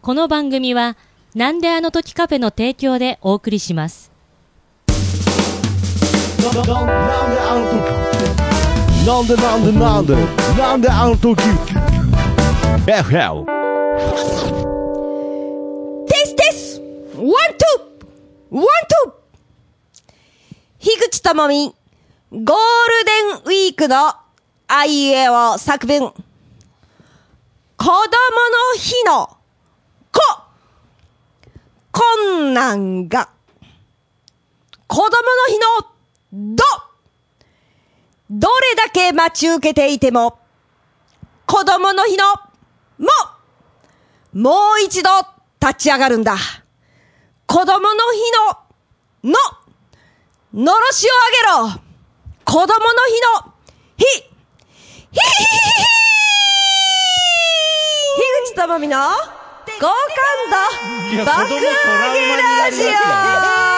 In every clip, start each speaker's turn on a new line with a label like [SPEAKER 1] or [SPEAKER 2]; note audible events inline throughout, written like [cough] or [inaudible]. [SPEAKER 1] この番組は、なんであの時カフェの提供でお送りします。
[SPEAKER 2] なんであの時なんでなんでなんでなんであの時 FL
[SPEAKER 3] テステスワントゥワントゥ樋口智美、ゴールデンウィークのあいうえお作文、子供の日の子、困難が、子供の日のど、どれだけ待ち受けていても、子供の日のも、もう一度立ち上がるんだ。子供の日の、の、のろしをあげろ子供の日の、ひ、ひひひひひひ樋口智美の、好感度、爆上げラジオ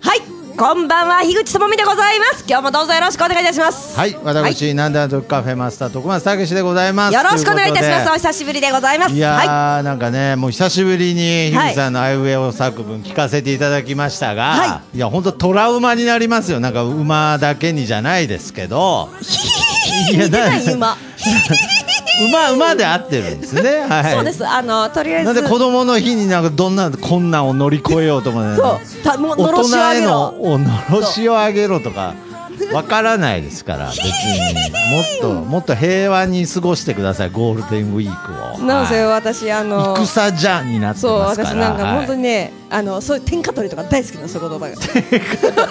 [SPEAKER 3] はい、こんばんは、樋口智美でございます。今日もどうぞよろしくお願いいたします。
[SPEAKER 4] はい、私、なんであの時カフェマスター徳松武史でございます。
[SPEAKER 3] よろしくお願いいたします。
[SPEAKER 4] と
[SPEAKER 3] お
[SPEAKER 4] うこ
[SPEAKER 3] 久しぶりでございま
[SPEAKER 4] と
[SPEAKER 3] す。
[SPEAKER 4] でいや
[SPEAKER 3] はい。
[SPEAKER 4] ー、なんかね、もう久しぶりに、
[SPEAKER 3] はい
[SPEAKER 4] ひぐさんのあいうえお作文聞かせていただきましたが、、
[SPEAKER 3] はい
[SPEAKER 4] や、本当トラウマになりますよ。なんか馬だけにじゃないですけど、
[SPEAKER 3] 似 [laughs] て
[SPEAKER 4] いや
[SPEAKER 3] な
[SPEAKER 4] なん
[SPEAKER 3] い
[SPEAKER 4] [laughs]
[SPEAKER 3] 今。
[SPEAKER 4] 馬、馬で合ってるんですね。はい。
[SPEAKER 3] そうです。あのとりあえず。
[SPEAKER 4] なんで子供の日になんかどんな困難を乗り越えようと思う
[SPEAKER 3] そう。たもうの
[SPEAKER 4] 大
[SPEAKER 3] ろしを
[SPEAKER 4] 人
[SPEAKER 3] あ
[SPEAKER 4] へ
[SPEAKER 3] げ
[SPEAKER 4] の
[SPEAKER 3] ろ。
[SPEAKER 4] おのろしをあげろと
[SPEAKER 3] [laughs]
[SPEAKER 4] かわからないですから別にもっともっと平和に過ごしてくださいゴールデンウィークを
[SPEAKER 3] なんせ
[SPEAKER 4] は
[SPEAKER 3] 私あ
[SPEAKER 4] い
[SPEAKER 3] の。
[SPEAKER 4] 戦じゃんになって
[SPEAKER 3] そう
[SPEAKER 4] ますから
[SPEAKER 3] 私なんか本当に
[SPEAKER 4] に
[SPEAKER 3] ね、あのそういう天下取りとか大好きなのそういう
[SPEAKER 4] [laughs]
[SPEAKER 3] 言葉が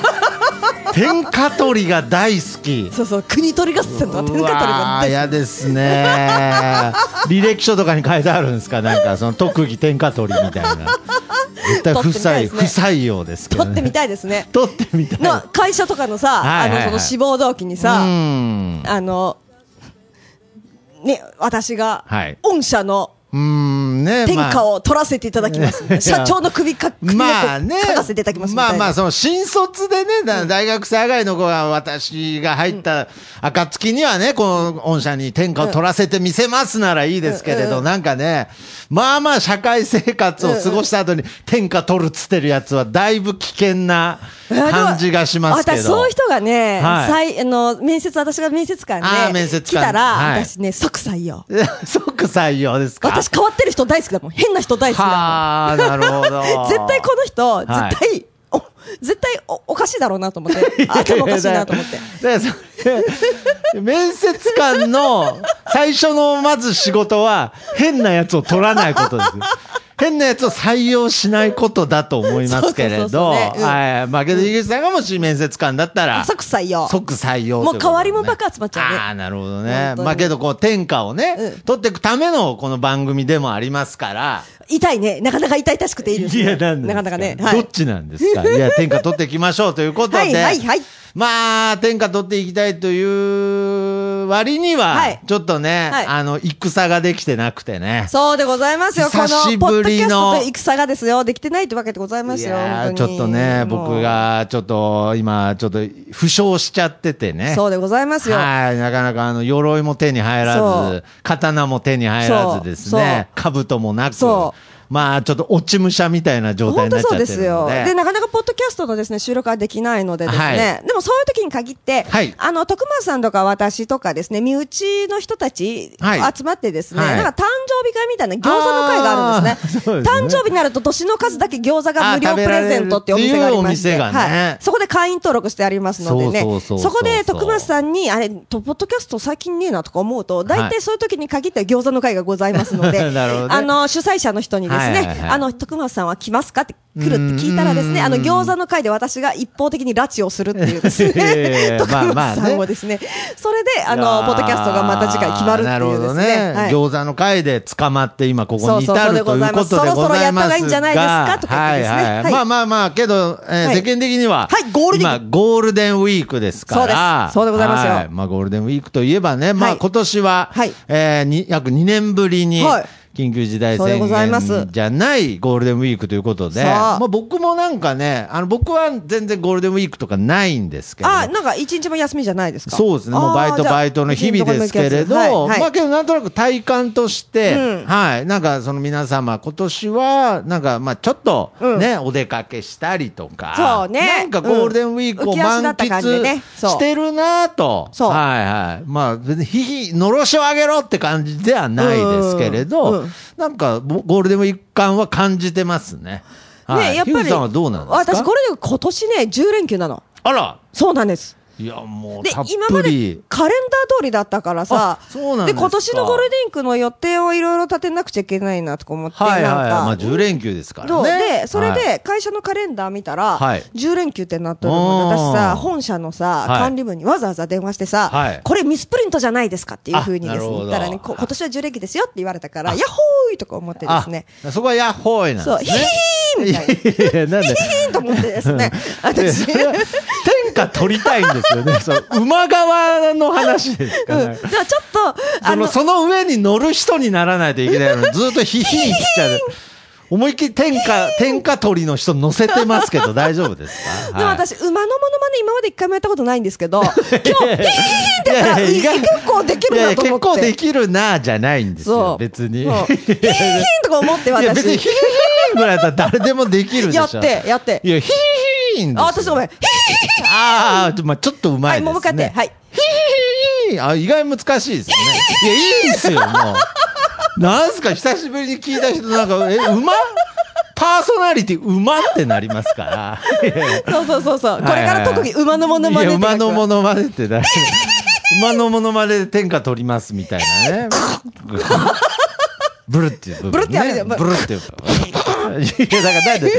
[SPEAKER 4] 天下取りが大好き
[SPEAKER 3] そうそう国取り合戦とか天下取り
[SPEAKER 4] う
[SPEAKER 3] が
[SPEAKER 4] わー
[SPEAKER 3] 大好
[SPEAKER 4] 嫌ですね
[SPEAKER 3] [laughs]
[SPEAKER 4] 履歴書とかに書いてあるんですかなんかその特技天下取りみたいな絶対不
[SPEAKER 3] 取ってみた
[SPEAKER 4] 採
[SPEAKER 3] いです
[SPEAKER 4] 不
[SPEAKER 3] ね
[SPEAKER 4] 採用ですけ
[SPEAKER 3] き
[SPEAKER 4] ど、
[SPEAKER 3] 取
[SPEAKER 4] ね、
[SPEAKER 3] ってみたいですね
[SPEAKER 4] 取ってみたい
[SPEAKER 3] の会社とかのさ、
[SPEAKER 4] はいはいはい
[SPEAKER 3] あのその志望動機に
[SPEAKER 4] う
[SPEAKER 3] さ、
[SPEAKER 4] ん
[SPEAKER 3] あのね私が、
[SPEAKER 4] はい
[SPEAKER 3] 御社の
[SPEAKER 4] うーんね
[SPEAKER 3] 天
[SPEAKER 4] まあ
[SPEAKER 3] 下を取らせていただきます、
[SPEAKER 4] いや
[SPEAKER 3] 社長の首か首をこう
[SPEAKER 4] まあね
[SPEAKER 3] かがせていただきますみたい
[SPEAKER 4] まあ
[SPEAKER 3] な
[SPEAKER 4] まあその新卒でねだ大学生上がりの子が私が入った暁にはねこの御社に天下を取らせてみせますならいいですけれど、なんかねまあまあ社会生活を過ごした後に天下取るっつってるやつはだいぶ危険な感じがしますけど
[SPEAKER 3] 私そう
[SPEAKER 4] [laughs]
[SPEAKER 3] いう人がね、
[SPEAKER 4] はい
[SPEAKER 3] 最あの面接私が面接官で
[SPEAKER 4] あー面接官
[SPEAKER 3] 来たら、
[SPEAKER 4] はい
[SPEAKER 3] 私ね即採用
[SPEAKER 4] 即採用ですか
[SPEAKER 3] 私変わってる人大好きだもん変な人大好きだ
[SPEAKER 4] はあなるほ
[SPEAKER 3] も
[SPEAKER 4] ど
[SPEAKER 3] ん [laughs] 絶対この人絶対、
[SPEAKER 4] はい
[SPEAKER 3] お絶対おおかしいだろうな
[SPEAKER 4] [laughs]
[SPEAKER 3] と思って頭おかしいなと思って。
[SPEAKER 4] でそれ面接官の最初のまず仕事は変なやつを取らないこと
[SPEAKER 3] [laughs]
[SPEAKER 4] です。変なやつを採用しないことだと思いますけれ
[SPEAKER 3] そうそう
[SPEAKER 4] ど、
[SPEAKER 3] そうそうねうん
[SPEAKER 4] はい。まあけど、井口さんがもし面接官だったら、
[SPEAKER 3] 即採用
[SPEAKER 4] 即採用といことでね
[SPEAKER 3] もう変わり者ばっか集まっちゃうね
[SPEAKER 4] ああ、なるほど
[SPEAKER 3] 本
[SPEAKER 4] ね。
[SPEAKER 3] 当に
[SPEAKER 4] まあけど、こう、天下をね、
[SPEAKER 3] うん
[SPEAKER 4] 取っていくためのこの番組でもありますから、
[SPEAKER 3] 痛いねなかなか痛々しくていいですね
[SPEAKER 4] いや、なんです
[SPEAKER 3] なかなかね、は
[SPEAKER 4] ど
[SPEAKER 3] い
[SPEAKER 4] っ、ちなんですか。いや、天下取っていきましょうということで。
[SPEAKER 3] はいはいはい
[SPEAKER 4] まあ、天下取っていきたいという割には、
[SPEAKER 3] はい
[SPEAKER 4] ちょっとね、
[SPEAKER 3] はい
[SPEAKER 4] あの、戦ができてなくてね。
[SPEAKER 3] そうでございますよこ
[SPEAKER 4] 久し
[SPEAKER 3] のポッ
[SPEAKER 4] ぶ
[SPEAKER 3] ドキ
[SPEAKER 4] りの
[SPEAKER 3] ャストと戦がですよできてないってわけでございま
[SPEAKER 4] い
[SPEAKER 3] すよ
[SPEAKER 4] やー
[SPEAKER 3] 本
[SPEAKER 4] ち
[SPEAKER 3] 当
[SPEAKER 4] ょ
[SPEAKER 3] に
[SPEAKER 4] っとね、
[SPEAKER 3] もう
[SPEAKER 4] 僕が、ちょっと、今、ちょっと、負傷しちゃっててね。
[SPEAKER 3] そうでございますよ
[SPEAKER 4] はい、なかなか、あの、鎧も手に入ら
[SPEAKER 3] そ
[SPEAKER 4] ず
[SPEAKER 3] う、
[SPEAKER 4] 刀も手に入らずですね、兜もなく
[SPEAKER 3] そ、
[SPEAKER 4] まあ、ちょっと、落ち武者みたいな状態
[SPEAKER 3] 本
[SPEAKER 4] にな
[SPEAKER 3] 当
[SPEAKER 4] っちゃ
[SPEAKER 3] そ
[SPEAKER 4] っ
[SPEAKER 3] う
[SPEAKER 4] てるので。
[SPEAKER 3] ですよ。で、なかなかポッドキャストのですね、収録はできないのでですね、
[SPEAKER 4] は
[SPEAKER 3] でもそういう時に限って、
[SPEAKER 4] はい
[SPEAKER 3] あの、徳松さんとか私とかですね、身内の人たち
[SPEAKER 4] はい
[SPEAKER 3] 集まってですね、
[SPEAKER 4] はい
[SPEAKER 3] なんか誕生日会みたいな餃子の会があるんです
[SPEAKER 4] あー
[SPEAKER 3] ね。
[SPEAKER 4] そうですね
[SPEAKER 3] 誕生日になると年の数だけ餃子が無
[SPEAKER 4] あー
[SPEAKER 3] 料
[SPEAKER 4] 食
[SPEAKER 3] プ
[SPEAKER 4] べられる
[SPEAKER 3] レゼントっていうお店がありまして、
[SPEAKER 4] っていうお店がね
[SPEAKER 3] はい、そこで会員登録してありますのでね、
[SPEAKER 4] そうそうそうそう
[SPEAKER 3] こで徳松さんに、あれ、とポッドキャスト最近ねえなとか思うと、大体そういう時に限って餃子の会がございますの
[SPEAKER 4] [laughs]
[SPEAKER 3] で、
[SPEAKER 4] なるほどね
[SPEAKER 3] あの、主催者の人にですね、
[SPEAKER 4] はいはいはい
[SPEAKER 3] あの、徳松さんは来ますかって来るって聞いたらですね、あの、餃子の会で私が一方的に拉致をするっていうです
[SPEAKER 4] [laughs] いやいやい
[SPEAKER 3] ね、
[SPEAKER 4] や
[SPEAKER 3] [laughs] 徳
[SPEAKER 4] まあ
[SPEAKER 3] 松
[SPEAKER 4] まあ
[SPEAKER 3] さ
[SPEAKER 4] ね
[SPEAKER 3] んをですね、それで、あの、ポッドキャストがまた次回決まるって
[SPEAKER 4] なる
[SPEAKER 3] い
[SPEAKER 4] ほ
[SPEAKER 3] うで
[SPEAKER 4] ど
[SPEAKER 3] す
[SPEAKER 4] ね
[SPEAKER 3] ね。はい
[SPEAKER 4] 餃子の会で捕まって今ここに至
[SPEAKER 3] そうそうそう
[SPEAKER 4] る
[SPEAKER 3] で
[SPEAKER 4] と
[SPEAKER 3] ご
[SPEAKER 4] いう
[SPEAKER 3] ざい
[SPEAKER 4] こ
[SPEAKER 3] ます
[SPEAKER 4] とでございますが
[SPEAKER 3] そろそろやった方がいいんじゃないですかとか
[SPEAKER 4] は
[SPEAKER 3] 言
[SPEAKER 4] い
[SPEAKER 3] ってですね
[SPEAKER 4] はい
[SPEAKER 3] はい
[SPEAKER 4] まあまあまあけど、えー
[SPEAKER 3] はい
[SPEAKER 4] 世間的には、
[SPEAKER 3] はいゴールデンウィーク
[SPEAKER 4] 今ゴールデンウィークですから
[SPEAKER 3] そうですそうでございますよ
[SPEAKER 4] はまあ、ゴールデンウィークといえばね、ま
[SPEAKER 3] は
[SPEAKER 4] あ、
[SPEAKER 3] い
[SPEAKER 4] 今年は、
[SPEAKER 3] はい
[SPEAKER 4] えーに約2年ぶりに、
[SPEAKER 3] はい
[SPEAKER 4] 緊急事態
[SPEAKER 3] そうで
[SPEAKER 4] 宣
[SPEAKER 3] ございます
[SPEAKER 4] 言じゃないゴールデンウィークということで、
[SPEAKER 3] そう
[SPEAKER 4] まあ、僕もなんかね、あの僕は全然ゴールデンウィークとかないんですけど、
[SPEAKER 3] あ、なんか一日も休みじゃないですか
[SPEAKER 4] そうですね。もうバイトバイトの日々ですけれど、まあ
[SPEAKER 3] ま
[SPEAKER 4] けどなんとなく体感として、はい、なんかその皆様今年は、なんかまあちょっと
[SPEAKER 3] うん
[SPEAKER 4] ね、お出かけしたりとか、
[SPEAKER 3] そうね
[SPEAKER 4] なんかゴールデンウィーク
[SPEAKER 3] う
[SPEAKER 4] を
[SPEAKER 3] ん浮き足
[SPEAKER 4] 満
[SPEAKER 3] 立った感じで
[SPEAKER 4] 喫
[SPEAKER 3] ねそう
[SPEAKER 4] してるなと、
[SPEAKER 3] そう
[SPEAKER 4] はいはい。まあ別にひひ、のろしを上げろって感じではないですけれ
[SPEAKER 3] うん
[SPEAKER 4] ど
[SPEAKER 3] うん、
[SPEAKER 4] なんかゴールデンウィーク感は感じてますね。はい。
[SPEAKER 3] ね、やっ
[SPEAKER 4] ヒュ
[SPEAKER 3] ぱ
[SPEAKER 4] ー
[SPEAKER 3] り。
[SPEAKER 4] さんはどうなんですか
[SPEAKER 3] 私、これで今年ね、10連休なの。
[SPEAKER 4] あら
[SPEAKER 3] そうなんです。
[SPEAKER 4] いや、もう
[SPEAKER 3] で
[SPEAKER 4] たっ、
[SPEAKER 3] 今
[SPEAKER 4] ぷ
[SPEAKER 3] までカレ
[SPEAKER 4] り
[SPEAKER 3] ン。ダー通りだったからさ
[SPEAKER 4] あ、そうなんですか
[SPEAKER 3] 今年のゴールデンウィークの予定をいろいろ立てなくちゃいけないなとか思って、
[SPEAKER 4] はいはい
[SPEAKER 3] な
[SPEAKER 4] は
[SPEAKER 3] ん
[SPEAKER 4] い。
[SPEAKER 3] か、
[SPEAKER 4] まあ、10連休ですから
[SPEAKER 3] どう
[SPEAKER 4] ね。
[SPEAKER 3] で、それ
[SPEAKER 4] はい、
[SPEAKER 3] で会社のカレンダー見たら、
[SPEAKER 4] はい
[SPEAKER 3] 10連休ってなっとるの
[SPEAKER 4] お
[SPEAKER 3] で、
[SPEAKER 4] ー
[SPEAKER 3] 私さ、本社のさ、
[SPEAKER 4] はい
[SPEAKER 3] 管理部にわざわざ電話してさ、
[SPEAKER 4] はい
[SPEAKER 3] これミスプリントじゃないですかっていうふうにです
[SPEAKER 4] あなる
[SPEAKER 3] ね、
[SPEAKER 4] ほど
[SPEAKER 3] 言ったらね、こ今年は10連休ですよって言われたから、ヤッホーイとか思ってで
[SPEAKER 4] あ
[SPEAKER 3] すね、
[SPEAKER 4] そこはヤッホーイなん
[SPEAKER 3] そう、
[SPEAKER 4] で
[SPEAKER 3] ヒ
[SPEAKER 4] す
[SPEAKER 3] ヒ
[SPEAKER 4] ね。
[SPEAKER 3] ヒーみたいな。
[SPEAKER 4] いやいやなんで
[SPEAKER 3] ヒーンと思ってですね、
[SPEAKER 4] [laughs] い
[SPEAKER 3] 私、[laughs]
[SPEAKER 4] [laughs] や天下取りたいんですよね。そう馬側の話ですか
[SPEAKER 3] う
[SPEAKER 4] ら、
[SPEAKER 3] ん、じゃあちょっと、
[SPEAKER 4] そ
[SPEAKER 3] あ
[SPEAKER 4] の
[SPEAKER 3] の、
[SPEAKER 4] その上に乗る人にならないといけないのに、ずっとヒヒーンっつっちゃう。思いっきり天下、天下取りの人乗せてますけど大丈夫ですか
[SPEAKER 3] でも
[SPEAKER 4] はい
[SPEAKER 3] 私、馬のものまね今まで一回もやったことないんで
[SPEAKER 4] [laughs]
[SPEAKER 3] すけど、今日、ヒーヒーヒーってやったら、
[SPEAKER 4] いや
[SPEAKER 3] い
[SPEAKER 4] いや意外
[SPEAKER 3] 結構できる
[SPEAKER 4] いやい
[SPEAKER 3] な
[SPEAKER 4] や
[SPEAKER 3] と思
[SPEAKER 4] 結
[SPEAKER 3] って。
[SPEAKER 4] 構できるなじゃないんです
[SPEAKER 3] そ
[SPEAKER 4] よ
[SPEAKER 3] う。
[SPEAKER 4] 別に。い
[SPEAKER 3] そうヒーヒーヒーとか思って
[SPEAKER 4] や別にヒ。
[SPEAKER 3] 私
[SPEAKER 4] ヒーンぐらいだったら誰でもできるでしょ。
[SPEAKER 3] やって、やって。
[SPEAKER 4] いや、ヒーヒーンですよ
[SPEAKER 3] あ、私ごめん。ヒーヒーヒー
[SPEAKER 4] ああ、まあちょっとうま
[SPEAKER 3] は
[SPEAKER 4] で
[SPEAKER 3] い
[SPEAKER 4] すね。
[SPEAKER 3] い、もう向かって。はい。
[SPEAKER 4] ヒーヒーヒーあ、意外に難しいですね。いや、いいんすよ、もう。なんすか、久しぶりに聞いた人、なんか、え、馬パーソナリティ馬ってなりますから。
[SPEAKER 3] そうそうそうそう。これから特技、馬のものま
[SPEAKER 4] い
[SPEAKER 3] ね。
[SPEAKER 4] や馬のものまねって大丈夫。馬のものまねで天下取りますみたいなね。
[SPEAKER 3] [laughs]
[SPEAKER 4] ブルっていう部分、ね。
[SPEAKER 3] ブルってあれだよ
[SPEAKER 4] ブルっていう部分。いや、だからなんで、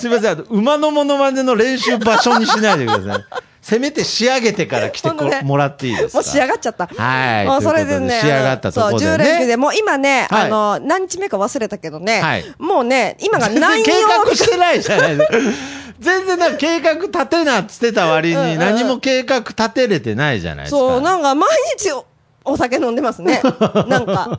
[SPEAKER 4] すみません、あの馬のものまねの練習場所にしないでください。せめて仕上げてから来てこ
[SPEAKER 3] ほんとね
[SPEAKER 4] もらっていいですか
[SPEAKER 3] もう仕上がっちゃった。
[SPEAKER 4] はい
[SPEAKER 3] もうそれ
[SPEAKER 4] とい
[SPEAKER 3] で
[SPEAKER 4] うこと
[SPEAKER 3] ね。
[SPEAKER 4] で仕上がったところでね
[SPEAKER 3] そう、10連休で、もう今ね、
[SPEAKER 4] はい
[SPEAKER 3] あの、何日目か忘れたけどね。
[SPEAKER 4] はい
[SPEAKER 3] もうね、今が
[SPEAKER 4] 全然
[SPEAKER 3] 何
[SPEAKER 4] 計
[SPEAKER 3] 曜
[SPEAKER 4] 画
[SPEAKER 3] 日
[SPEAKER 4] してないじゃないですか。全然なんか計画立てなっつってた割
[SPEAKER 3] うんうんう
[SPEAKER 4] に
[SPEAKER 3] ん
[SPEAKER 4] 何も計画立てれてないじゃないですか。
[SPEAKER 3] そう、なんか毎日おお酒飲んでます
[SPEAKER 4] [laughs]
[SPEAKER 3] ね。なんか、遠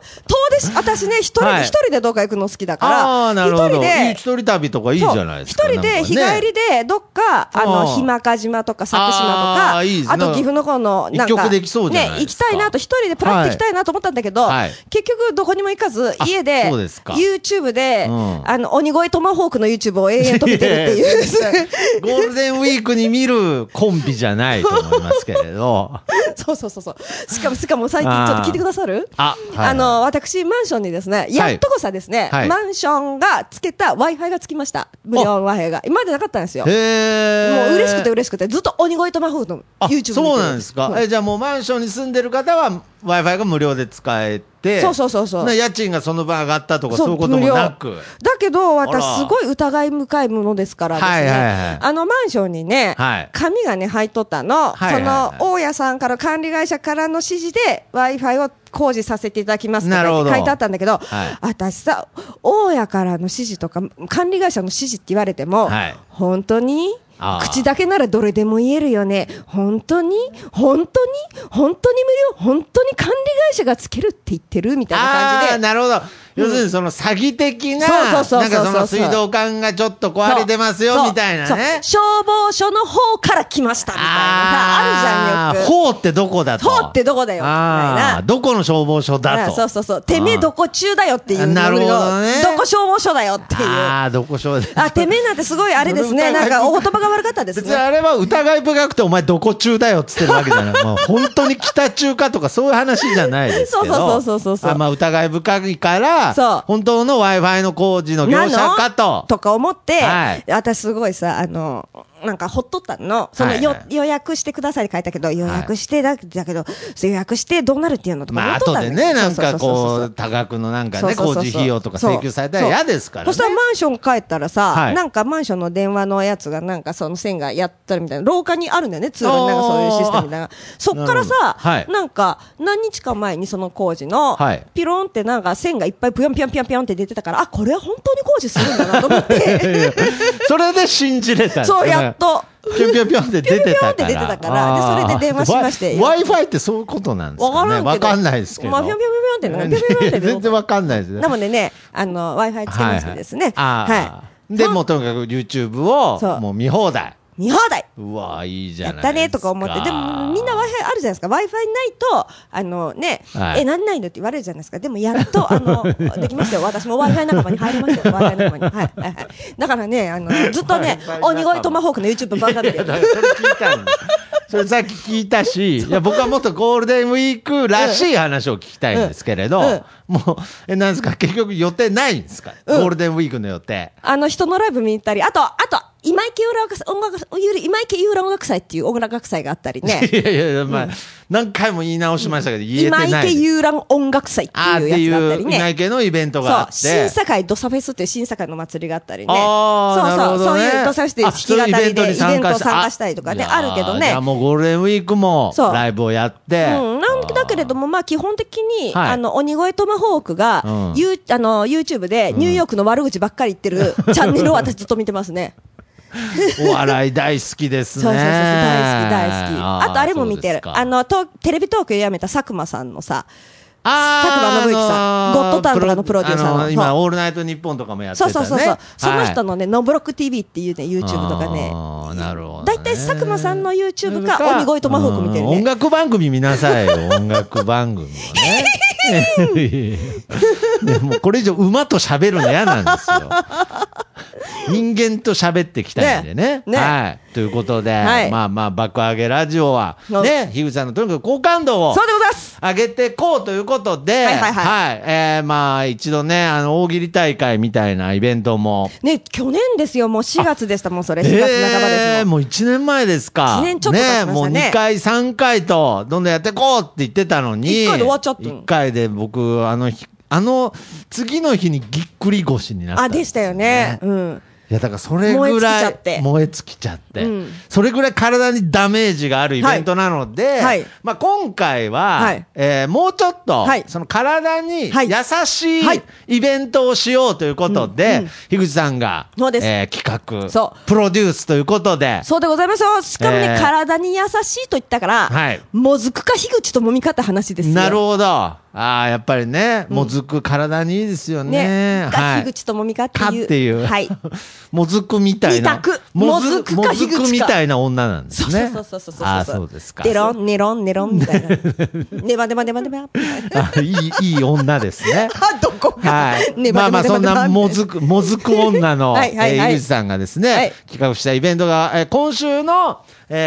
[SPEAKER 3] 出し、私ね、一人
[SPEAKER 4] は
[SPEAKER 3] で、
[SPEAKER 4] い
[SPEAKER 3] 一人でどっか行くの好きだ
[SPEAKER 4] あ
[SPEAKER 3] か
[SPEAKER 4] あ、
[SPEAKER 3] ら、
[SPEAKER 4] な
[SPEAKER 3] 一
[SPEAKER 4] るほ
[SPEAKER 3] 人
[SPEAKER 4] ど。いい
[SPEAKER 3] で
[SPEAKER 4] 一、人旅とかいいじゃないですか。
[SPEAKER 3] そう一人で日
[SPEAKER 4] なんか
[SPEAKER 3] 帰
[SPEAKER 4] ね
[SPEAKER 3] りでどっか、あ
[SPEAKER 4] あ
[SPEAKER 3] の、
[SPEAKER 4] ー
[SPEAKER 3] 日間賀島とか佐久島とか、
[SPEAKER 4] あーいいですね
[SPEAKER 3] あと岐阜の方の、なん
[SPEAKER 4] 一
[SPEAKER 3] か、
[SPEAKER 4] 曲できそうじゃない
[SPEAKER 3] ね、
[SPEAKER 4] で
[SPEAKER 3] 行き
[SPEAKER 4] すか
[SPEAKER 3] たいなと、一人でプラッと行きたいなと思ったんだけど、
[SPEAKER 4] はい
[SPEAKER 3] 結局どこにも行かず、
[SPEAKER 4] あ
[SPEAKER 3] 家で、
[SPEAKER 4] そうですか
[SPEAKER 3] YouTube で、
[SPEAKER 4] うん
[SPEAKER 3] あの、鬼越トマホークの YouTube を永遠と見てる
[SPEAKER 4] [laughs]
[SPEAKER 3] っていう。
[SPEAKER 4] ゴールデンウィークに見るコンビじゃないと思いますけれ
[SPEAKER 3] [laughs]
[SPEAKER 4] ど。
[SPEAKER 3] [laughs] そうそうそうそう。しかも、しかも最近ちょっと聞いてくださる
[SPEAKER 4] あはい
[SPEAKER 3] あの、私、マンションにですね、やっとこさですね、
[SPEAKER 4] はい
[SPEAKER 3] マンションがつけた Wi-Fi がつきました。無料 Wi-Fi が。今までなかったんですよ。も
[SPEAKER 4] へー
[SPEAKER 3] う嬉しくて嬉しくて、ずっと鬼越トマホークの
[SPEAKER 4] あ
[SPEAKER 3] YouTube 見てる
[SPEAKER 4] そうなんですか、
[SPEAKER 3] う
[SPEAKER 4] えじゃあもうマンションに住んでる方は w i f i が無料で使えて
[SPEAKER 3] そうそうそうそう
[SPEAKER 4] な家賃がその場上がったとかそういうこと
[SPEAKER 3] 無
[SPEAKER 4] も
[SPEAKER 3] 料
[SPEAKER 4] なく
[SPEAKER 3] だけど、
[SPEAKER 4] あら
[SPEAKER 3] 私、すごい疑い深いものですからですね。
[SPEAKER 4] はいはいはい
[SPEAKER 3] あの、マンションにね、
[SPEAKER 4] はい
[SPEAKER 3] 紙がね、入っとった
[SPEAKER 4] は
[SPEAKER 3] の。
[SPEAKER 4] いはいはい
[SPEAKER 3] その、大家さんから、管理会社からの指示で、Wi-Fi を工事させていただきますと
[SPEAKER 4] なる
[SPEAKER 3] か
[SPEAKER 4] ほ
[SPEAKER 3] っ
[SPEAKER 4] ど
[SPEAKER 3] て書いてあったんだけ
[SPEAKER 4] は
[SPEAKER 3] ど、
[SPEAKER 4] い
[SPEAKER 3] 私さ、大家からの指示とか、管理会社の指示って言われても、
[SPEAKER 4] はい
[SPEAKER 3] 本当に
[SPEAKER 4] あー
[SPEAKER 3] 口だけならどれでも言えるよね。本当に本当に本当に無料本当に管理会社がつけるって言ってるみたいな感じで。
[SPEAKER 4] あーなるほど要するにその詐欺的な、
[SPEAKER 3] そうそうそ
[SPEAKER 4] な
[SPEAKER 3] うそうんそ
[SPEAKER 4] か
[SPEAKER 3] う
[SPEAKER 4] その水道管がちょっと壊れてますよ
[SPEAKER 3] そう
[SPEAKER 4] みたいな
[SPEAKER 3] そう
[SPEAKER 4] ね
[SPEAKER 3] 消防署の方から来ましたみたいなさ、あ
[SPEAKER 4] あ
[SPEAKER 3] るじゃんよく。
[SPEAKER 4] 法ってどこだと
[SPEAKER 3] 法ってどこだよみたいな
[SPEAKER 4] あーどこの消防署だ
[SPEAKER 3] あ
[SPEAKER 4] と
[SPEAKER 3] そうそうそう。てめえどこ中だよっていう。
[SPEAKER 4] なるほどね
[SPEAKER 3] どこ消防署だよっていう。あ
[SPEAKER 4] ああどこ消防署
[SPEAKER 3] てめえなんてすごいあれですね。
[SPEAKER 4] それ疑
[SPEAKER 3] なん
[SPEAKER 4] い
[SPEAKER 3] かお言葉が悪かったです
[SPEAKER 4] 別に
[SPEAKER 3] ね。
[SPEAKER 4] あれは疑い深くてお前どこ中だよっつってるわけじゃ
[SPEAKER 3] [laughs]
[SPEAKER 4] ない。もう本当に北中かとかそういう話じゃないですけど。
[SPEAKER 3] そうそうそうそうそう
[SPEAKER 4] あまあ疑い深いから、
[SPEAKER 3] そう
[SPEAKER 4] 本当の Wi-Fi の工事の業
[SPEAKER 3] な
[SPEAKER 4] 者か
[SPEAKER 3] の
[SPEAKER 4] と。
[SPEAKER 3] とか思って、
[SPEAKER 4] はい
[SPEAKER 3] 私すごいさ、あの、なんかほっとったの。その
[SPEAKER 4] はい
[SPEAKER 3] よ、
[SPEAKER 4] はい
[SPEAKER 3] 予約してくださいって書いたけど、予約してだ、だけど、そう予約してどうなるっていうのとか
[SPEAKER 4] まあ、
[SPEAKER 3] ほっと
[SPEAKER 4] 後
[SPEAKER 3] った
[SPEAKER 4] で
[SPEAKER 3] だけど
[SPEAKER 4] ね、なんか
[SPEAKER 3] そうそうそう
[SPEAKER 4] こ
[SPEAKER 3] そう
[SPEAKER 4] う、多額のなんか
[SPEAKER 3] そう
[SPEAKER 4] ね、
[SPEAKER 3] そうそう
[SPEAKER 4] 工
[SPEAKER 3] そう
[SPEAKER 4] 事費用とか請求されたら嫌ですから
[SPEAKER 3] そしたら
[SPEAKER 4] ね。
[SPEAKER 3] マンション帰ったらさ、
[SPEAKER 4] はい
[SPEAKER 3] なんかマンションの電話のやつがなんかその線がやったりみたいな、廊下にあるんだよね、通路になんかそういうシステムみたいな。そっから
[SPEAKER 4] なる
[SPEAKER 3] さ、
[SPEAKER 4] ほどはい
[SPEAKER 3] なんか何日か前にその工事の、
[SPEAKER 4] はい
[SPEAKER 3] ピロンってなんか線がいっぱいピヨンピヨンピヨンピヨンって出てたから、あ、これは本当に工事するんだなと思っ
[SPEAKER 4] [laughs] いやい
[SPEAKER 3] て、
[SPEAKER 4] やそれで信じれたんですよ
[SPEAKER 3] そう、やっ。と。
[SPEAKER 4] ぴょんぴょんぴょんって出てたから。
[SPEAKER 3] ぴょんぴょんって出てたからでそれで電話しまして
[SPEAKER 4] あー Wi-Fi ってそういうことなんですか
[SPEAKER 3] わからん
[SPEAKER 4] ね。
[SPEAKER 3] けど
[SPEAKER 4] わかんないですけど。
[SPEAKER 3] まあぴょんぴょんぴょんぴょんってねぴょんぴょんぴょんっ
[SPEAKER 4] [laughs]
[SPEAKER 3] てね
[SPEAKER 4] 全然わかんないですね。
[SPEAKER 3] なのでね、あの、Wi-Fi つけましてですね。
[SPEAKER 4] あ
[SPEAKER 3] はい、
[SPEAKER 4] あー。で、もうとにかく YouTube を
[SPEAKER 3] そう
[SPEAKER 4] もう見放題。
[SPEAKER 3] 見放題
[SPEAKER 4] うわーいいじゃ
[SPEAKER 3] や
[SPEAKER 4] ない
[SPEAKER 3] っ
[SPEAKER 4] ですか。
[SPEAKER 3] たねとか思って、でもみんな Wi-Fi あるじゃないですか、Wi-Fi ないと、あのね、
[SPEAKER 4] はい
[SPEAKER 3] え、なんないのって言われるじゃないですか、でもやっと、あ
[SPEAKER 4] [laughs]
[SPEAKER 3] のできましたよ、私も Wi-Fi 仲間に入りましたよ、Wi-Fi 仲間に。はいはいはい、だからね、あのずっとね
[SPEAKER 4] Wi-Fi、仲間
[SPEAKER 3] 鬼越トマホークの YouTube 番組
[SPEAKER 4] いや
[SPEAKER 3] で、
[SPEAKER 4] だからそれ聞いたのそれさっき聞いたし、いや僕はもっとゴールデンウィークらしい話を聞きたいんですけれど、
[SPEAKER 3] うんうん
[SPEAKER 4] もう、え、なんですか、結局予定ないんですか、
[SPEAKER 3] うん
[SPEAKER 4] ゴールデンウィークの予定。
[SPEAKER 3] あの人のライブ見に行ったり、あと、あと、今池ユーラ音楽祭、音楽今池ユーラ音楽祭っていう音楽祭があったり
[SPEAKER 4] [laughs]
[SPEAKER 3] ね、
[SPEAKER 4] いやいやいや、まあ、何回も言い直しましたけど、言えて
[SPEAKER 3] 今
[SPEAKER 4] ないです。
[SPEAKER 3] 池ユーラ音楽祭って
[SPEAKER 4] あーっ
[SPEAKER 3] いう
[SPEAKER 4] てい
[SPEAKER 3] やつがあった
[SPEAKER 4] う、
[SPEAKER 3] り
[SPEAKER 4] 内
[SPEAKER 3] ね。
[SPEAKER 4] 系のイベントがあ
[SPEAKER 3] そう
[SPEAKER 4] っ、て。
[SPEAKER 3] 審査会土佐フェスっていう審査会の祭りがあったりね。
[SPEAKER 4] ああ、
[SPEAKER 3] そうそう、そう
[SPEAKER 4] なるほどね
[SPEAKER 3] いう土佐フェスっていう弾き語り
[SPEAKER 4] あそういう
[SPEAKER 3] でイベント
[SPEAKER 4] に
[SPEAKER 3] 参加したりとかね、あるけど
[SPEAKER 4] い
[SPEAKER 3] ね
[SPEAKER 4] や。もうゴールデンウィークも
[SPEAKER 3] そう
[SPEAKER 4] ライブをやって。
[SPEAKER 3] うん、なんだけれども、まあ、基本的に、
[SPEAKER 4] はい
[SPEAKER 3] あの、鬼越トマホークが、
[SPEAKER 4] うん
[SPEAKER 3] ユーあの、YouTube で、ニューヨークの悪口ばっかり言っ
[SPEAKER 4] [laughs]
[SPEAKER 3] てる、チャンネルを私ずっと見てますね。
[SPEAKER 4] お笑い大好きですね。
[SPEAKER 3] そうそうそうそう、大好き、大好き。あと、あれも見てる。あ
[SPEAKER 4] の、
[SPEAKER 3] の、とテレビトークやめた佐久間さんのさ、
[SPEAKER 4] 佐
[SPEAKER 3] 佐久間信之さんゴッドタンとかのプロデューサーのそう
[SPEAKER 4] 今、オールナイトニッポンとかもやってた
[SPEAKER 3] そう
[SPEAKER 4] ね。
[SPEAKER 3] そうそうそう、その人
[SPEAKER 4] の
[SPEAKER 3] のね、ノブロック TV っていうね、YouTube とかね。
[SPEAKER 4] なるほどね。
[SPEAKER 3] 大体佐久間さんの YouTube か、鬼越トマホーク見てる
[SPEAKER 4] うん音
[SPEAKER 3] ね。
[SPEAKER 4] 楽番組見なさい
[SPEAKER 3] [laughs]
[SPEAKER 4] よ、音楽番組を [laughs] ね。でもこれ以上馬と喋るの嫌なんですよ。人間と喋ってきたいんでね。
[SPEAKER 3] ねね
[SPEAKER 4] はい。ということで、
[SPEAKER 3] はい
[SPEAKER 4] まあまあ、爆上げラジオは、
[SPEAKER 3] うん
[SPEAKER 4] ね、樋口さんのとにかく好感度を
[SPEAKER 3] そうでございます
[SPEAKER 4] 上げてこうということで、
[SPEAKER 3] はいはいは
[SPEAKER 4] えーまあ一度ね、あの、大喜利大会みたいなイベントも、
[SPEAKER 3] ね、去年ですよ、もう4月でした、もうそれ、4月半ば
[SPEAKER 4] え
[SPEAKER 3] です
[SPEAKER 4] ー
[SPEAKER 3] もん。
[SPEAKER 4] もう1年前ですか。
[SPEAKER 3] 一年ちょっと経ちましたね
[SPEAKER 4] もう2回、3回と、どんどんやっていこうって言ってたのに。
[SPEAKER 3] 一回で終わっちゃったの
[SPEAKER 4] 一回で僕、あの日、あの、次の日にぎっくり腰になった
[SPEAKER 3] あ、
[SPEAKER 4] んすよ、
[SPEAKER 3] でしたよね。うん。
[SPEAKER 4] いや、だからそれぐらい、
[SPEAKER 3] 燃え尽きちゃって
[SPEAKER 4] 燃え尽きちゃって
[SPEAKER 3] うん
[SPEAKER 4] それぐらい体にダメージがあるイベントなので、
[SPEAKER 3] はい
[SPEAKER 4] まあ今回は、
[SPEAKER 3] はい
[SPEAKER 4] えーもうちょっと、
[SPEAKER 3] はい
[SPEAKER 4] その体に優
[SPEAKER 3] はい
[SPEAKER 4] しい
[SPEAKER 3] はい
[SPEAKER 4] イベントをしようということで、樋口さんが、
[SPEAKER 3] そうです
[SPEAKER 4] えー企画
[SPEAKER 3] そう
[SPEAKER 4] プロデュースということで、
[SPEAKER 3] そうでございますよ。しかもね、
[SPEAKER 4] えー
[SPEAKER 3] 体に優しいと言ったから、
[SPEAKER 4] はい
[SPEAKER 3] もずくか樋口と揉み方話ですよ。
[SPEAKER 4] なるほど。ああ、やっぱりね、もずく体にいいですよね。
[SPEAKER 3] ね。
[SPEAKER 4] は
[SPEAKER 3] か
[SPEAKER 4] い。
[SPEAKER 3] 樋口と揉みかって
[SPEAKER 4] かっ
[SPEAKER 3] いう。
[SPEAKER 4] ていう。
[SPEAKER 3] はい。。
[SPEAKER 4] [laughs] もずくみたいな。
[SPEAKER 3] 二択
[SPEAKER 4] もず
[SPEAKER 3] もずくか樋口か
[SPEAKER 4] もずくみたいな女なんで
[SPEAKER 3] そ
[SPEAKER 4] す
[SPEAKER 3] う
[SPEAKER 4] ね。
[SPEAKER 3] そうそうそうそうそう。
[SPEAKER 4] ああ、そうですか。
[SPEAKER 3] デロン、ネロン、ネロンみた
[SPEAKER 4] [laughs]
[SPEAKER 3] いな。ネバネバネバネバ。
[SPEAKER 4] あいい、いい女です
[SPEAKER 3] [laughs]
[SPEAKER 4] ね。
[SPEAKER 3] あ、どこか。
[SPEAKER 4] はい。
[SPEAKER 3] ネ
[SPEAKER 4] ま
[SPEAKER 3] バ
[SPEAKER 4] あま
[SPEAKER 3] ネバ
[SPEAKER 4] あ、そ
[SPEAKER 3] ネバ
[SPEAKER 4] ん
[SPEAKER 3] ネバ
[SPEAKER 4] なもずく、もずく女
[SPEAKER 3] [laughs]
[SPEAKER 4] の、
[SPEAKER 3] は
[SPEAKER 4] え
[SPEAKER 3] いはいは
[SPEAKER 4] ー
[SPEAKER 3] い
[SPEAKER 4] 井口さんがですね、
[SPEAKER 3] はい
[SPEAKER 4] 企画したイベントが、えー今週の、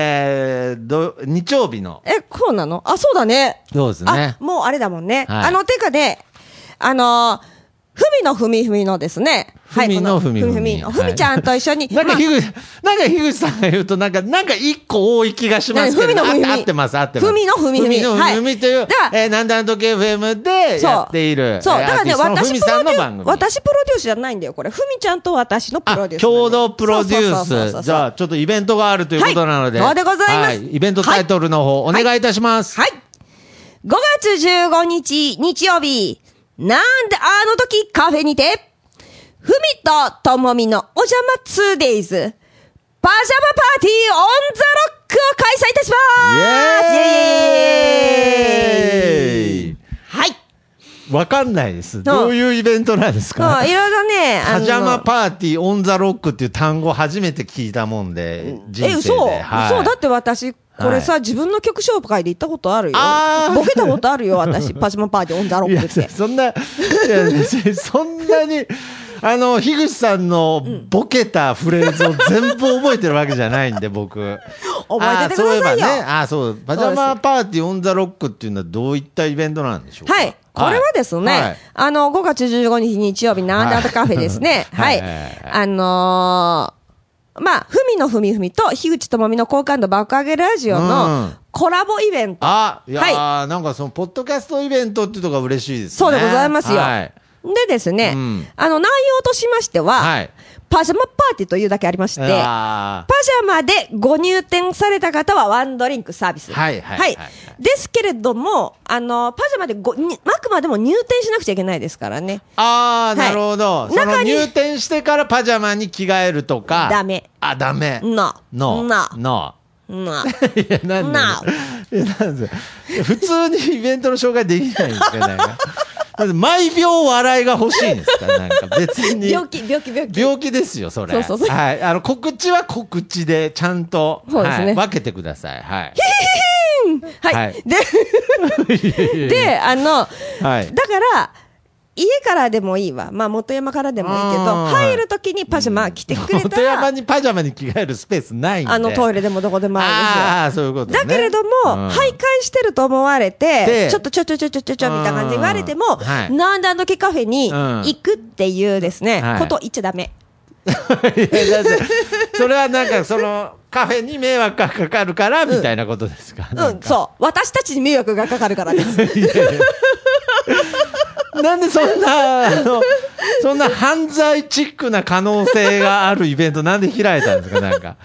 [SPEAKER 4] えー、ど日曜日の、
[SPEAKER 3] え、こうなのあ、そうだね。
[SPEAKER 4] そうですね
[SPEAKER 3] あ、もうあれだもんね。
[SPEAKER 4] はい
[SPEAKER 3] あの、てかで、あのーふみのふみふみのですね。はい
[SPEAKER 4] ふみの
[SPEAKER 3] こ
[SPEAKER 4] ふみふみ
[SPEAKER 3] ふみの
[SPEAKER 4] はい
[SPEAKER 3] ふみちゃんと一緒に。
[SPEAKER 4] [laughs] なん
[SPEAKER 3] ま
[SPEAKER 4] か、
[SPEAKER 3] あ
[SPEAKER 4] 樋口、なんか、樋口さんが言うと、なんか、なんか一個多い気がしますけど、
[SPEAKER 3] ねふみのふみふみ
[SPEAKER 4] あ合ってます、合ってます。
[SPEAKER 3] ふみのふみふみ
[SPEAKER 4] ふみのふみふみという
[SPEAKER 3] はいだか、ら
[SPEAKER 4] えー、なんだの時 FM で
[SPEAKER 3] そう
[SPEAKER 4] やっている、
[SPEAKER 3] そう。
[SPEAKER 4] えー
[SPEAKER 3] だからね、
[SPEAKER 4] アーティストのふ
[SPEAKER 3] 私
[SPEAKER 4] み
[SPEAKER 3] プ
[SPEAKER 4] さ
[SPEAKER 3] ロ
[SPEAKER 4] ん
[SPEAKER 3] デ
[SPEAKER 4] の
[SPEAKER 3] ュ
[SPEAKER 4] 番
[SPEAKER 3] ー
[SPEAKER 4] 組。
[SPEAKER 3] 私プロデュースじゃないんだよ、これ。ふみちゃんと私のプロデュースなんだよ。
[SPEAKER 4] 共同プロデュ
[SPEAKER 3] そうそうそう
[SPEAKER 4] ー
[SPEAKER 3] そ
[SPEAKER 4] ス。
[SPEAKER 3] う
[SPEAKER 4] じゃあ、ちょっとイベントがあるということなので。
[SPEAKER 3] はいそうでございます
[SPEAKER 4] イベントタイトルの方、お願いいたします。
[SPEAKER 3] はい。5月15日日曜日、なんであの時カフェにて、ふみとともみのお邪魔ツーデイズ、パジャマパーティーオンザロックを開催いたしますイエーイ
[SPEAKER 4] イエー
[SPEAKER 3] はい。
[SPEAKER 4] イわかんないです。どういうイベントなんです
[SPEAKER 3] ま
[SPEAKER 4] か
[SPEAKER 3] あ、いろいろね、あ
[SPEAKER 4] パ
[SPEAKER 3] の
[SPEAKER 4] ジャマパーティーオンザロックっていう単語初めて聞いたもんで、人
[SPEAKER 3] え、
[SPEAKER 4] 生で。
[SPEAKER 3] 嘘、
[SPEAKER 4] はい
[SPEAKER 3] そう、だって私、これさ、自分の曲紹介で行ったことあるよ
[SPEAKER 4] あ。ー
[SPEAKER 3] ボケたことあるよ、私。パジャマパーティーオンザロ
[SPEAKER 4] い
[SPEAKER 3] ッ
[SPEAKER 4] や、
[SPEAKER 3] クって。
[SPEAKER 4] そんな、いや別にそんなに、あの、樋口さんのボケたフレーズを全部覚えてるわけじゃないんで、僕。
[SPEAKER 3] 覚えててくだ
[SPEAKER 4] あそうい
[SPEAKER 3] さいよ
[SPEAKER 4] えばね、あそう、パジャマパーティーオンザロックっていうのはどういったイベントなんでしょうか
[SPEAKER 3] はい。これはですね、
[SPEAKER 4] はい
[SPEAKER 3] あの、5月15日日曜日、なんだとカフェですね。 [laughs]
[SPEAKER 4] は
[SPEAKER 3] はいい。
[SPEAKER 4] はい
[SPEAKER 3] あのーまあ、ふみのふみふみと、樋口智美の好感度爆上げラジオ
[SPEAKER 4] う
[SPEAKER 3] の
[SPEAKER 4] ん
[SPEAKER 3] コラボイベント。
[SPEAKER 4] あ、いやー、
[SPEAKER 3] は
[SPEAKER 4] なんかその、ポッドキャストイベントっていうのが嬉しいですね。
[SPEAKER 3] そうでございますよ。
[SPEAKER 4] はい。
[SPEAKER 3] でですね、
[SPEAKER 4] うん
[SPEAKER 3] あの、内容としましては、
[SPEAKER 4] はい
[SPEAKER 3] パジャマパーティーというだけありまして、
[SPEAKER 4] うわ
[SPEAKER 3] パジャマでご入店された方はワンドリンクサービス。
[SPEAKER 4] はいはいはいはい
[SPEAKER 3] ですけれども、あの、パジャマでご、にあくまでも入店しなくちゃいけないですからね。
[SPEAKER 4] ーあー、
[SPEAKER 3] はい
[SPEAKER 4] なるほど。そ
[SPEAKER 3] 中
[SPEAKER 4] の
[SPEAKER 3] に
[SPEAKER 4] 入店してからパジャマに着替えるとか。
[SPEAKER 3] ダメ。
[SPEAKER 4] あ、ダメ。
[SPEAKER 3] No
[SPEAKER 4] No
[SPEAKER 3] No
[SPEAKER 4] No
[SPEAKER 3] ない
[SPEAKER 4] や、なんでいや、なんでいや普通にイベントの紹介できないんですか、なん
[SPEAKER 3] [laughs]
[SPEAKER 4] か。だって毎秒笑いが欲しいんですか、なんか別に。
[SPEAKER 3] 病気、病気、病気。
[SPEAKER 4] 病気ですよ、それ。
[SPEAKER 3] そうそうそう
[SPEAKER 4] はい。あの、告知は告知で、ちゃんと、
[SPEAKER 3] そうですね
[SPEAKER 4] はい、分けてください。はい。
[SPEAKER 3] はい。
[SPEAKER 4] はい [laughs]
[SPEAKER 3] で、で、あの、
[SPEAKER 4] はい。
[SPEAKER 3] だから、家からでもいいわ。まあ、元山からでもいいけ
[SPEAKER 4] う
[SPEAKER 3] ど、
[SPEAKER 4] ん
[SPEAKER 3] 入るときにパジャマ着てくれた
[SPEAKER 4] 本山
[SPEAKER 3] ら、
[SPEAKER 4] にパジャマに着替えるスペースないんで。
[SPEAKER 3] あの、トイ
[SPEAKER 4] レ
[SPEAKER 3] レでもどこでもあるんですよ。
[SPEAKER 4] ああ、そういうことね。
[SPEAKER 3] だけれども、
[SPEAKER 4] うん
[SPEAKER 3] 徘徊してると思われて
[SPEAKER 4] で、
[SPEAKER 3] ちょっとちょちょちょちょちょちょみたいな感じで言われても、
[SPEAKER 4] うんはい
[SPEAKER 3] なんであの時カフェに
[SPEAKER 4] うん
[SPEAKER 3] 行くっていうですね、
[SPEAKER 4] はい
[SPEAKER 3] ことを言っちゃダメ。
[SPEAKER 4] いやだってそれはなんか、その、カフェに迷惑がかかるから、みたいなことですか。
[SPEAKER 3] うん、そう。私たちに迷惑がかかるからです。
[SPEAKER 4] う。いやいやなんでそんな、あの、そんな犯罪チックな可能性があるイベントなんで開いたんですかなんか。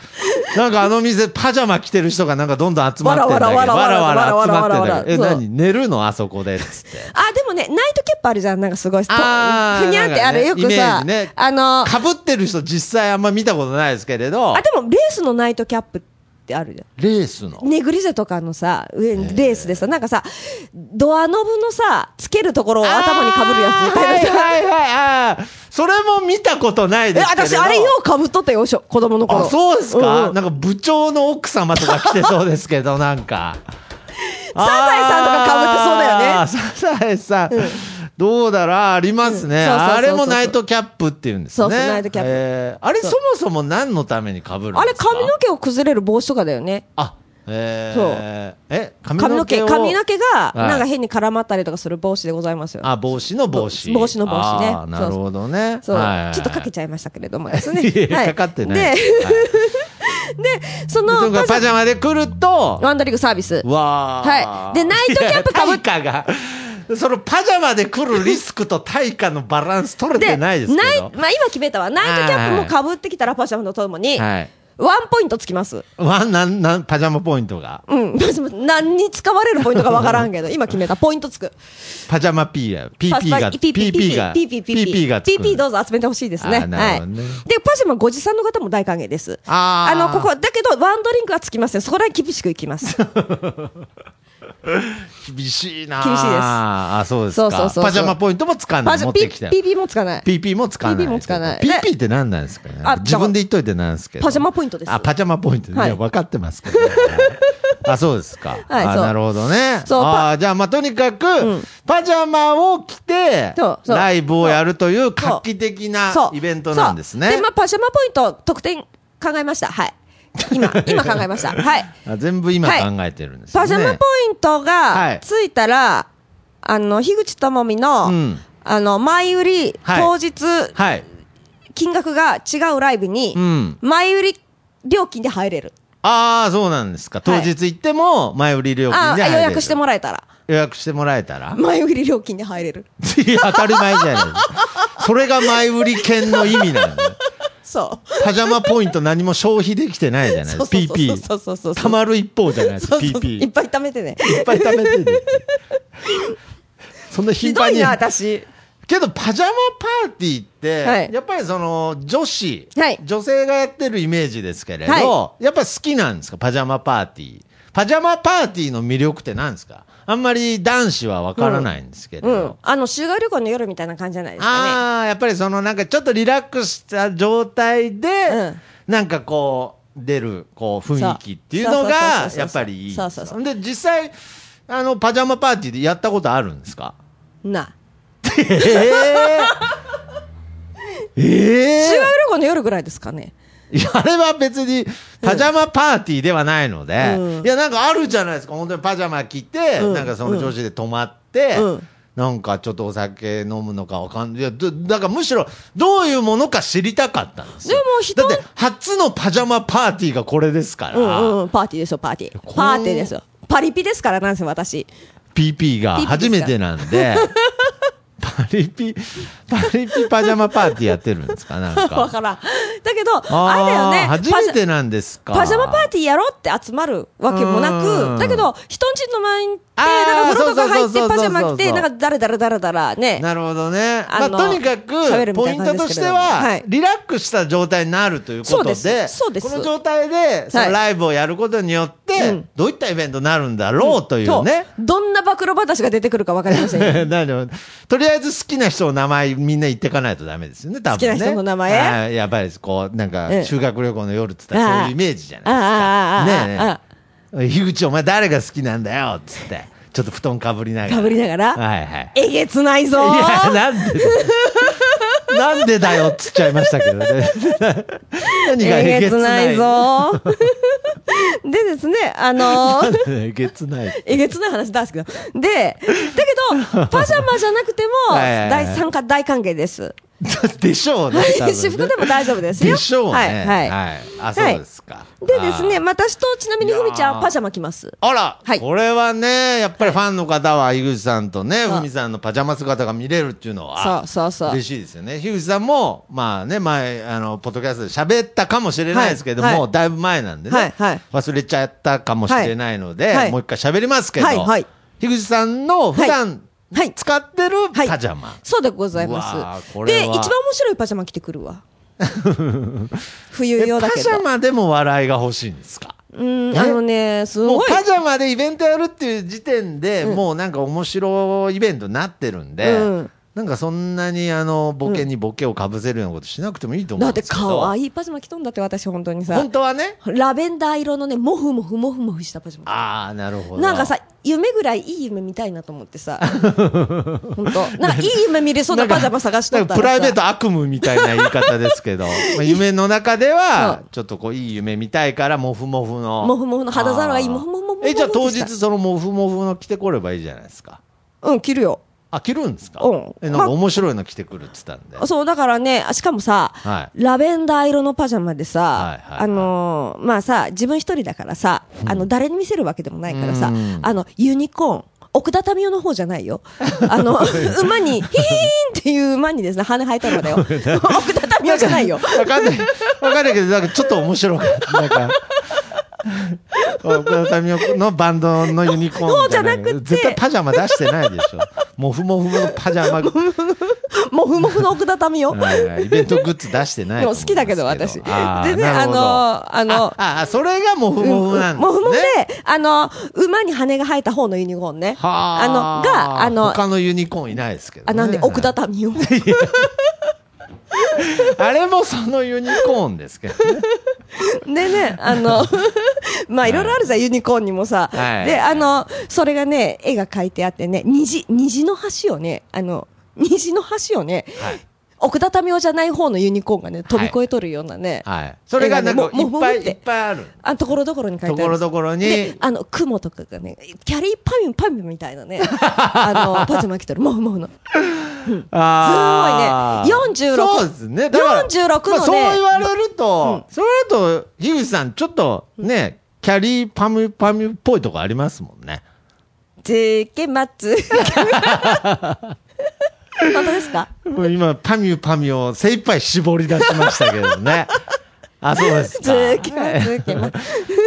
[SPEAKER 4] なんかあの店、パジャマ着てる人がなんかどんどん集まってんだけど、
[SPEAKER 3] わらわらわらわら
[SPEAKER 4] わらわら集まってんだけど、え、
[SPEAKER 3] わらわらそう
[SPEAKER 4] 何寝るのあそこでっつって。
[SPEAKER 3] あ、でもね、ナイトキャップあるじゃん。なんかすごい。とふに
[SPEAKER 4] あー
[SPEAKER 3] ゃんって、
[SPEAKER 4] な
[SPEAKER 3] あ
[SPEAKER 4] んかね
[SPEAKER 3] れよくさ、
[SPEAKER 4] イメージね
[SPEAKER 3] あの、
[SPEAKER 4] かぶってる人実際あんま見たことないですけれど
[SPEAKER 3] あ、、でもレースのナイトキャップってあるじゃん。
[SPEAKER 4] レースの。
[SPEAKER 3] ネグリゼとかのさ、上にレースでさ、なんかさ、ドアノブのさ、つけるところを頭にかぶるやつみたいなさ。
[SPEAKER 4] はいはいはいあーそれも見たことない
[SPEAKER 3] え、
[SPEAKER 4] ですけれど。
[SPEAKER 3] 私、あれようかぶっとったよ、しょ子供の頃。
[SPEAKER 4] あ、そうですか、
[SPEAKER 3] ん
[SPEAKER 4] なんか部長の奥様とか来てそうですけど、なん
[SPEAKER 3] [laughs]
[SPEAKER 4] か。サ
[SPEAKER 3] ザエさんとか被ってそうだよね
[SPEAKER 4] サザエさん。どうだらありますね、
[SPEAKER 3] うんそうそうそうそう
[SPEAKER 4] あれもナイトキャップっていうんですね。
[SPEAKER 3] そうそうナイトキャップ
[SPEAKER 4] えーあれそ
[SPEAKER 3] そう
[SPEAKER 4] もそも何のために被るんですか
[SPEAKER 3] あれ、髪の毛を崩れる帽子とかだよね。
[SPEAKER 4] あ、えー、
[SPEAKER 3] そう
[SPEAKER 4] え、髪
[SPEAKER 3] 髪の
[SPEAKER 4] の毛
[SPEAKER 3] 毛、
[SPEAKER 4] を
[SPEAKER 3] 髪の毛が、
[SPEAKER 4] はい
[SPEAKER 3] なんか変に絡まったりとかする帽子でございますよ。
[SPEAKER 4] あ、帽子の帽子。
[SPEAKER 3] 帽子の帽子ね
[SPEAKER 4] あーなるほどね。
[SPEAKER 3] そう、
[SPEAKER 4] はいはい
[SPEAKER 3] ちょっとかけちゃいましたけれどもで
[SPEAKER 4] [laughs]
[SPEAKER 3] す
[SPEAKER 4] いや
[SPEAKER 3] ね。
[SPEAKER 4] いやかかってない。
[SPEAKER 3] で
[SPEAKER 4] はい、
[SPEAKER 3] そ
[SPEAKER 4] と
[SPEAKER 3] の
[SPEAKER 4] にかく
[SPEAKER 3] パ
[SPEAKER 4] パ
[SPEAKER 3] ジ
[SPEAKER 4] ジャマで来ると
[SPEAKER 3] ャ、ワンダリングサービス。
[SPEAKER 4] わあ
[SPEAKER 3] はいでナイトキャップかぶっ
[SPEAKER 4] いや対価が、そのパジャマで来るリスクと対価のバランス取れてないですけど。
[SPEAKER 3] ナイまあ今決めたわ。ナイトキャップもかぶってきたらパジャマのともに、
[SPEAKER 4] はい。
[SPEAKER 3] ワンポイントつきます。
[SPEAKER 4] わ、なん、なん、パジャマポイントが。
[SPEAKER 3] うん。 [laughs] 何に使われるポイントかわからんけど、今決めた。ポイントつく。
[SPEAKER 4] パジャマ P や。PP が、PP が、
[SPEAKER 3] PP、PP
[SPEAKER 4] PP がつく。
[SPEAKER 3] PP どうぞ集めてほしいですね。
[SPEAKER 4] あーなるほどね
[SPEAKER 3] はい。で、パジャマご持参の方も大歓迎です。
[SPEAKER 4] あー
[SPEAKER 3] の、ここ、だけど、ワンドリンクはつきません。そこらへん厳しくいきます。
[SPEAKER 4] [laughs] 厳しいな
[SPEAKER 3] 厳しいです
[SPEAKER 4] あ、そうです
[SPEAKER 3] そうそう
[SPEAKER 4] か
[SPEAKER 3] そうそ。う
[SPEAKER 4] パジャマポイントもつかな
[SPEAKER 3] パ
[SPEAKER 4] い。
[SPEAKER 3] ジ
[SPEAKER 4] 持
[SPEAKER 3] ャマ、
[SPEAKER 4] っ
[SPEAKER 3] P
[SPEAKER 4] てきて。
[SPEAKER 3] PP もつかない。
[SPEAKER 4] PP もつかない。
[SPEAKER 3] PP もつかない
[SPEAKER 4] PP って何なんですかね
[SPEAKER 3] あ
[SPEAKER 4] 自分で言っといてなんですけど。
[SPEAKER 3] パジャマポイントです
[SPEAKER 4] あ、パジャマポイントね。
[SPEAKER 3] はい
[SPEAKER 4] いや、分かってますけど。
[SPEAKER 3] [laughs]
[SPEAKER 4] あ、そうですか。
[SPEAKER 3] はい
[SPEAKER 4] あ
[SPEAKER 3] そう
[SPEAKER 4] なるほどね。
[SPEAKER 3] そう
[SPEAKER 4] あーじゃあ、まあ、とにかく、パジャマを着て
[SPEAKER 3] そう、そう
[SPEAKER 4] ライブをやるという画期的な
[SPEAKER 3] そう。
[SPEAKER 4] イベントなんですね
[SPEAKER 3] そう。で、まあ、パジャマポイント、得点考えました。はい。
[SPEAKER 4] [laughs]
[SPEAKER 3] 今、今考えました。はい。
[SPEAKER 4] あ全部今
[SPEAKER 3] はい
[SPEAKER 4] 考えてるんですね。
[SPEAKER 3] パジャマポイント
[SPEAKER 4] は
[SPEAKER 3] が
[SPEAKER 4] い
[SPEAKER 3] ついたら、あの、樋口智美の、
[SPEAKER 4] うん
[SPEAKER 3] あの、前売り、
[SPEAKER 4] はい
[SPEAKER 3] 当日、
[SPEAKER 4] はい。
[SPEAKER 3] 金額が違うライブに、
[SPEAKER 4] うん
[SPEAKER 3] 前売り料金で入れる。
[SPEAKER 4] ああ、そうなんですか。当日行っても、前売り料
[SPEAKER 3] あ
[SPEAKER 4] 金で入れる
[SPEAKER 3] 予約してもらえたら。
[SPEAKER 4] 予約してもらえたら
[SPEAKER 3] 前売り料金で入れる。
[SPEAKER 4] い [laughs] や、当たり前じゃないそれが前売り券の意味なんだよ。
[SPEAKER 3] そう。
[SPEAKER 4] パジャマポイント何も消費できてないじゃない
[SPEAKER 3] そうそうそう
[SPEAKER 4] PP。
[SPEAKER 3] そうそうそうそう
[SPEAKER 4] たまる一方じゃないです
[SPEAKER 3] そうそうそう
[SPEAKER 4] PP。
[SPEAKER 3] いっぱい貯めてね。
[SPEAKER 4] いっぱい食べてる。そんな [laughs] 頻
[SPEAKER 3] ひど
[SPEAKER 4] 繁
[SPEAKER 3] い
[SPEAKER 4] に。
[SPEAKER 3] な、私。
[SPEAKER 4] けど、パジャマパーティーって、
[SPEAKER 3] はい
[SPEAKER 4] やっぱりその、女子、
[SPEAKER 3] はい
[SPEAKER 4] 女性がやってるイメージですけれど、
[SPEAKER 3] は
[SPEAKER 4] やっぱり好きなんですか、パジャマパーティー。パジャマパーティーの魅力って何ですかあんまり男子はわからないんですけれど。
[SPEAKER 3] うん。あの、修学旅行の夜みたいな感じじゃないですかね。
[SPEAKER 4] ああーやっぱりそのなんかちょっとリラックスした状態で、
[SPEAKER 3] うん
[SPEAKER 4] なんかこう出るこう雰囲気っていうの
[SPEAKER 3] そうそうそうそう
[SPEAKER 4] が
[SPEAKER 3] そう
[SPEAKER 4] やっぱりいいんですか
[SPEAKER 3] そうそうそ
[SPEAKER 4] で実際あのパジャマパーティーでやったことあるんですか
[SPEAKER 3] な。
[SPEAKER 4] えー、 [laughs] え
[SPEAKER 3] [laughs] 修学旅行の夜ぐらいですかね。
[SPEAKER 4] いや、あれは別に、パジャマパーティーではないので、
[SPEAKER 3] うん
[SPEAKER 4] いや、なんかあるじゃないですか。本当にパジャマ着て、
[SPEAKER 3] うん
[SPEAKER 4] なんかその女子で泊まって、
[SPEAKER 3] うん
[SPEAKER 4] なんかちょっとお酒飲むのかわかんない。いや、どだからむしろ、どういうものか知りたかったんですよ。
[SPEAKER 3] でも人
[SPEAKER 4] だって、初のパジャマパーティーがこれですから、
[SPEAKER 3] うんうん、パーティーですよ、パーティ
[SPEAKER 4] こ
[SPEAKER 3] ー。
[SPEAKER 4] ん
[SPEAKER 3] パーティーですよ。パリピですから、なんせ私。
[SPEAKER 4] PP が
[SPEAKER 3] PP ですか
[SPEAKER 4] 初めてなんで、 [laughs] パリピ、パリピパジャマパーティーやってるんですかなん
[SPEAKER 3] [laughs] わ
[SPEAKER 4] か。
[SPEAKER 3] からん。だけど、
[SPEAKER 4] あー
[SPEAKER 3] あれだよね。
[SPEAKER 4] 初めてなんですか。
[SPEAKER 3] パジャマパーティーやろうって集まるわけもな
[SPEAKER 4] うん
[SPEAKER 3] く、だけど、人んちの前に行って、
[SPEAKER 4] あー
[SPEAKER 3] なんか風呂とか入っ
[SPEAKER 4] そ
[SPEAKER 3] て、
[SPEAKER 4] うそうそうそう
[SPEAKER 3] パジャマ着
[SPEAKER 4] そ
[SPEAKER 3] て、
[SPEAKER 4] う
[SPEAKER 3] なんかだらだらだらだらね。
[SPEAKER 4] なるほどね。ま
[SPEAKER 3] あ
[SPEAKER 4] あ、
[SPEAKER 3] の
[SPEAKER 4] とにか
[SPEAKER 3] 喋る
[SPEAKER 4] く、ポ
[SPEAKER 3] みたい
[SPEAKER 4] イン
[SPEAKER 3] な
[SPEAKER 4] ト
[SPEAKER 3] 感じ
[SPEAKER 4] とし
[SPEAKER 3] ですけ
[SPEAKER 4] て
[SPEAKER 3] ど
[SPEAKER 4] は、
[SPEAKER 3] はい
[SPEAKER 4] リラックスした状態になるということで、
[SPEAKER 3] そうですそうです
[SPEAKER 4] この状態で、そのライブをやることによって、
[SPEAKER 3] うん
[SPEAKER 4] どういったイベントになるんだろうという
[SPEAKER 3] と
[SPEAKER 4] ね。、
[SPEAKER 3] どんな暴露話が出てくるかわかりません
[SPEAKER 4] [laughs]
[SPEAKER 3] よ。
[SPEAKER 4] なるほどとりあえず好きな人の名前みんな言っていかないとダメですよね、多分ね。
[SPEAKER 3] 好きな人の名前
[SPEAKER 4] はいやっぱりこう、なん
[SPEAKER 3] う
[SPEAKER 4] か、
[SPEAKER 3] ん
[SPEAKER 4] 修学旅行の夜って言ったらそういうイメージじゃ [laughs]
[SPEAKER 3] ああああ
[SPEAKER 4] ないですか。ね
[SPEAKER 3] ああ
[SPEAKER 4] え
[SPEAKER 3] ああ
[SPEAKER 4] 樋口お前誰が好きなんだよっつってちょっと布団かぶりながら
[SPEAKER 3] かぶりながら
[SPEAKER 4] はいはい
[SPEAKER 3] えげつないぞー
[SPEAKER 4] いやなんでだよ [laughs] なんでだよっつっちゃいましたけどね [laughs] 何が
[SPEAKER 3] え
[SPEAKER 4] え
[SPEAKER 3] げ
[SPEAKER 4] げ
[SPEAKER 3] つ
[SPEAKER 4] つ
[SPEAKER 3] な
[SPEAKER 4] ないい
[SPEAKER 3] ぞ [laughs] ーでですね、あのー、
[SPEAKER 4] えげつない
[SPEAKER 3] えげつない話なんですけど。で、だ
[SPEAKER 4] [laughs]
[SPEAKER 3] けど、パジャマじゃなくても、
[SPEAKER 4] はいはいはい
[SPEAKER 3] 大参加大歓迎です。
[SPEAKER 4] でしょうね多分ね
[SPEAKER 3] 私服 [laughs] でも大丈夫ですよ。
[SPEAKER 4] でしょうね
[SPEAKER 3] はい、はい。
[SPEAKER 4] あそうですか
[SPEAKER 3] でですね、
[SPEAKER 4] あー
[SPEAKER 3] 私とちなみに
[SPEAKER 4] いや
[SPEAKER 3] ふ
[SPEAKER 4] ー
[SPEAKER 3] みちゃんはパジャマ着ます。
[SPEAKER 4] あら、
[SPEAKER 3] はい
[SPEAKER 4] これはねやっぱりファンの方は井口さんとね
[SPEAKER 3] そう
[SPEAKER 4] ふみさんのパジャマ姿が見れるっていうのは
[SPEAKER 3] そうそうそう
[SPEAKER 4] 嬉しいですよね樋口さんもまあね前あのポッドキャストで喋ったかもしれないですけども、
[SPEAKER 3] はいはい
[SPEAKER 4] だいぶ前なんでね、
[SPEAKER 3] はいはい
[SPEAKER 4] 忘れちゃったかもしれないので、
[SPEAKER 3] はいはい
[SPEAKER 4] もう一回喋りますけど、
[SPEAKER 3] はいはい
[SPEAKER 4] 樋口さんの普段、
[SPEAKER 3] はいはい
[SPEAKER 4] 使ってる
[SPEAKER 3] はい
[SPEAKER 4] パジャマ、
[SPEAKER 3] そうでございう
[SPEAKER 4] わ
[SPEAKER 3] ま
[SPEAKER 4] ー
[SPEAKER 3] す。
[SPEAKER 4] これは
[SPEAKER 3] で、一番面白いパジャマ着てくる
[SPEAKER 4] [laughs]
[SPEAKER 3] わ。冬
[SPEAKER 4] え
[SPEAKER 3] 用だ
[SPEAKER 4] パ
[SPEAKER 3] け
[SPEAKER 4] ジ
[SPEAKER 3] ど
[SPEAKER 4] ャ。マでも笑いが欲しいんですか
[SPEAKER 3] うん、あのね、す
[SPEAKER 4] もう
[SPEAKER 3] ごい。
[SPEAKER 4] パジャマでイベントやるっていう時点で、もうなんか面白いイベントになってるんで、
[SPEAKER 3] うん
[SPEAKER 4] なんかそんなにあのボケにボケをかぶせるようなことしなくてもいいと思
[SPEAKER 3] だ
[SPEAKER 4] う
[SPEAKER 3] っ
[SPEAKER 4] んで
[SPEAKER 3] て
[SPEAKER 4] すけど、
[SPEAKER 3] 可愛いパジャマ着とんだって私本当にさ
[SPEAKER 4] 本。当はね
[SPEAKER 3] ラベンダー色のね、もふもふもふもふしたパジャマ。
[SPEAKER 4] ああなるほど
[SPEAKER 3] なんかさ、夢ぐらいいい夢見たいなと思って
[SPEAKER 4] [laughs]
[SPEAKER 3] さ。本当なんかいい夢見れそうなパジャマ探しと
[SPEAKER 4] なん
[SPEAKER 3] った
[SPEAKER 4] から
[SPEAKER 3] さ。
[SPEAKER 4] プライベート悪夢みたいな言い方ですけどまあ夢の中で [laughs] は
[SPEAKER 3] うん
[SPEAKER 4] ちょっとこういい夢見たいからモフモフの
[SPEAKER 3] もふもふの肌触りがいい
[SPEAKER 4] あー
[SPEAKER 3] もふもふもふもふ
[SPEAKER 4] えじゃあ当日
[SPEAKER 3] した
[SPEAKER 4] そのモフモフの着てこればいいじゃないですか
[SPEAKER 3] うん、着るよ。
[SPEAKER 4] あ着るんですか、
[SPEAKER 3] うん
[SPEAKER 4] えなんか面白いの着てくるって言ったんで
[SPEAKER 3] そう、だからね、あしかもさ、
[SPEAKER 4] は
[SPEAKER 3] ラベンダー色のパジャマでさ、
[SPEAKER 4] はいはいはい
[SPEAKER 3] あのーまあさ、自分一人だからさ、あの、誰に見せるわけでもないからさ、
[SPEAKER 4] うん
[SPEAKER 3] あの、ユニコーン、奥田民生の方じゃないよ。あの、馬に、ヒーンっていう馬にですね、羽生えたのだよ。奥田民生じゃないよ。
[SPEAKER 4] わかんない。わかんないけど、なんかちょっと面白かった。なん
[SPEAKER 3] [laughs]
[SPEAKER 4] か。岡田民生のバンドのユニコーンい
[SPEAKER 3] そうじゃなくて
[SPEAKER 4] 絶対パジャマ出してないでしょ。もふもふのパジャマ、
[SPEAKER 3] もふもふの奥田民生。
[SPEAKER 4] はいはいイベントグッズ出してない
[SPEAKER 3] で
[SPEAKER 4] と思
[SPEAKER 3] も
[SPEAKER 4] うん
[SPEAKER 3] 好
[SPEAKER 4] す
[SPEAKER 3] きだけど、私。でね、
[SPEAKER 4] あーな
[SPEAKER 3] あ
[SPEAKER 4] るほど
[SPEAKER 3] の、あの、
[SPEAKER 4] あ、あそれがもふもふなんですね。
[SPEAKER 3] もふもふで、あの、馬に羽が生えた方のユニコーンね。
[SPEAKER 4] は
[SPEAKER 3] あの、が、あの、
[SPEAKER 4] 他のユニコーンいないですけど、ね。
[SPEAKER 3] あ、なんで、奥田民生。
[SPEAKER 4] あれもそのユニコーンですけどね。
[SPEAKER 3] でね、あの、 [laughs] まあいろいろあるじゃん、ユニコーンにもさ。
[SPEAKER 4] はい
[SPEAKER 3] で、あの、それがね、絵が描いてあってね、虹、虹の橋をね、あの、虹の橋をね、
[SPEAKER 4] はい。
[SPEAKER 3] 奥田民生じゃない方のユニコーンがね、飛び越えとるようなね、
[SPEAKER 4] はい。それがなんかい
[SPEAKER 3] ももふ
[SPEAKER 4] っ
[SPEAKER 3] も
[SPEAKER 4] ぱ
[SPEAKER 3] ふ
[SPEAKER 4] い
[SPEAKER 3] っ
[SPEAKER 4] い
[SPEAKER 3] て
[SPEAKER 4] っぱいある。
[SPEAKER 3] あ、ところどころに書いてある。
[SPEAKER 4] ところどころに
[SPEAKER 3] で、あの、雲とかがね、キャリーパミュンパミュンみたいなね、あ
[SPEAKER 4] [laughs]
[SPEAKER 3] の、パジャマ着てる、もふもふの。
[SPEAKER 4] あー
[SPEAKER 3] すごいね46
[SPEAKER 4] そうですね。だから
[SPEAKER 3] 46のね
[SPEAKER 4] まあそう言われると、それだと、樋口さん、ちょっとね、キャリーパムパムっぽいとこありますもんね。
[SPEAKER 3] つけまつ。本当ですか
[SPEAKER 4] もう今、パミュパミュを精一杯絞り出しましたけど
[SPEAKER 3] [laughs]
[SPEAKER 4] ね。あ、そうですか。
[SPEAKER 3] つけまつけまつ。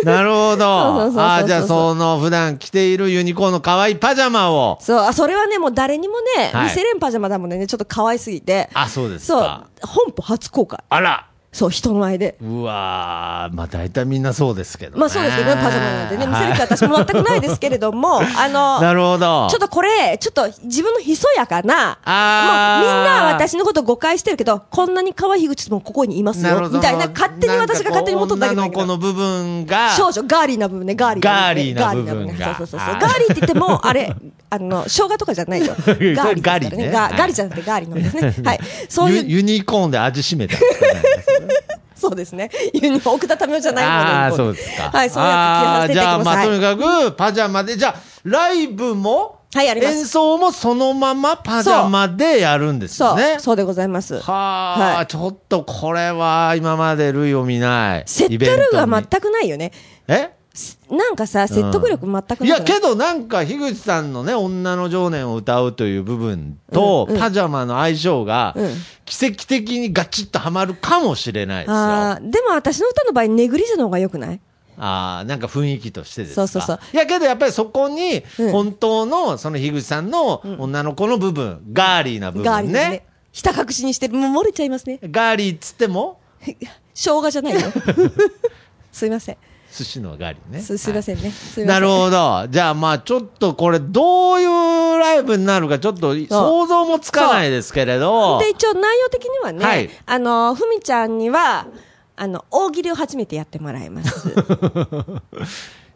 [SPEAKER 4] なるほ
[SPEAKER 3] そうそうそうそうそう
[SPEAKER 4] ど。あーじゃあ、その普段着ているユニコーンの可愛いパジャマを。
[SPEAKER 3] そう、あ、それはね、もう誰にもね、
[SPEAKER 4] はい
[SPEAKER 3] 見せれんパジャマだもんね、ちょっと可愛すぎて。
[SPEAKER 4] あ、そうです
[SPEAKER 3] そう
[SPEAKER 4] か。、
[SPEAKER 3] 本邦初公開。
[SPEAKER 4] あら。
[SPEAKER 3] そう、人の前で。
[SPEAKER 4] うわー、まあ大体みんなそうですけど、ね。
[SPEAKER 3] まあそうですけどね、パジャマなんでね、見せる気
[SPEAKER 4] は
[SPEAKER 3] は私も全くないですけれども、あ
[SPEAKER 4] いな
[SPEAKER 3] の、
[SPEAKER 4] るほど。
[SPEAKER 3] ちょっとこれ、ちょっと自分のひそやかな、
[SPEAKER 4] あー
[SPEAKER 3] もうみんな私のこと誤解してるけど、こんなに可愛い口もここにいます
[SPEAKER 4] なるほ
[SPEAKER 3] よ、
[SPEAKER 4] ど
[SPEAKER 3] みたいな、勝手に私が勝手に戻っただけなんだ
[SPEAKER 4] 女
[SPEAKER 3] けど
[SPEAKER 4] の子の部分が、
[SPEAKER 3] 少女、ガーリーな部分ね、ガーリーな部分ね。
[SPEAKER 4] ガーリーな部分が
[SPEAKER 3] そうそうそうそう。
[SPEAKER 4] はい
[SPEAKER 3] ガーリーって言っても、
[SPEAKER 4] [laughs]
[SPEAKER 3] あれ、あの、生姜とかじゃないよ。ガーリーですからね。
[SPEAKER 4] ガリね
[SPEAKER 3] ガ
[SPEAKER 4] はい
[SPEAKER 3] ガリじゃなくてガーリーなんで
[SPEAKER 4] [laughs]
[SPEAKER 3] すね。はい。そう
[SPEAKER 4] ユ
[SPEAKER 3] いう、
[SPEAKER 4] ユニコーンで味しめたんですかね
[SPEAKER 3] そうですね。ユニフォーム、奥田民生じゃ [laughs] ないもの
[SPEAKER 4] ああ、
[SPEAKER 3] に
[SPEAKER 4] そうですか。
[SPEAKER 3] はい、そういうやつ着させて
[SPEAKER 4] あーじ
[SPEAKER 3] いた
[SPEAKER 4] ゃ
[SPEAKER 3] だ
[SPEAKER 4] あ、ま
[SPEAKER 3] きま
[SPEAKER 4] あ、
[SPEAKER 3] す。
[SPEAKER 4] と
[SPEAKER 3] はい
[SPEAKER 4] にかく、パジャマで、じゃあ、ライブも、
[SPEAKER 3] はい、あります。
[SPEAKER 4] 演奏もそのままパジャマでやるんです
[SPEAKER 3] そ
[SPEAKER 4] よ
[SPEAKER 3] う、
[SPEAKER 4] ね。
[SPEAKER 3] そうでございます。
[SPEAKER 4] はあ、
[SPEAKER 3] はい
[SPEAKER 4] ちょっとこれは今まで類を見ない。
[SPEAKER 3] 説
[SPEAKER 4] イ
[SPEAKER 3] 得
[SPEAKER 4] ベントに
[SPEAKER 3] 力が全くないよね。
[SPEAKER 4] え
[SPEAKER 3] なんかさ、説得力全くなくない
[SPEAKER 4] いや、けどなんか、樋口さんのね、女の情念を歌うという部分と、パジャマの相性が
[SPEAKER 3] うん、
[SPEAKER 4] 奇跡的にガチッとはまるかもしれないですよ。
[SPEAKER 3] あ
[SPEAKER 4] あ
[SPEAKER 3] ーでも私の歌の場合、ネグリジェの方が良くない
[SPEAKER 4] あー、なんか雰囲気としてですか
[SPEAKER 3] そうそうそう
[SPEAKER 4] いや、けどやっぱりそこに
[SPEAKER 3] うん、
[SPEAKER 4] 本当の、その樋口さんの女の子の部分、ガーリーな部
[SPEAKER 3] ガーリ
[SPEAKER 4] 分
[SPEAKER 3] ー
[SPEAKER 4] ね
[SPEAKER 3] ね。。ひた隠しにして、もう漏れちゃいますね。
[SPEAKER 4] ガーリーっつっても、
[SPEAKER 3] 生姜じゃ
[SPEAKER 4] [laughs]
[SPEAKER 3] ないよ。すいません。
[SPEAKER 4] 寿司のガーリーね。
[SPEAKER 3] すすいませんね。すいま
[SPEAKER 4] な
[SPEAKER 3] せ
[SPEAKER 4] んるほど。じゃあまあちょっとこれどういうライブになるかちょっと想像もつかないですけれど。
[SPEAKER 3] で、一応内容的にはね、
[SPEAKER 4] はい
[SPEAKER 3] あの、ふみちゃんには、あの、大喜利を初めてやってもらいます。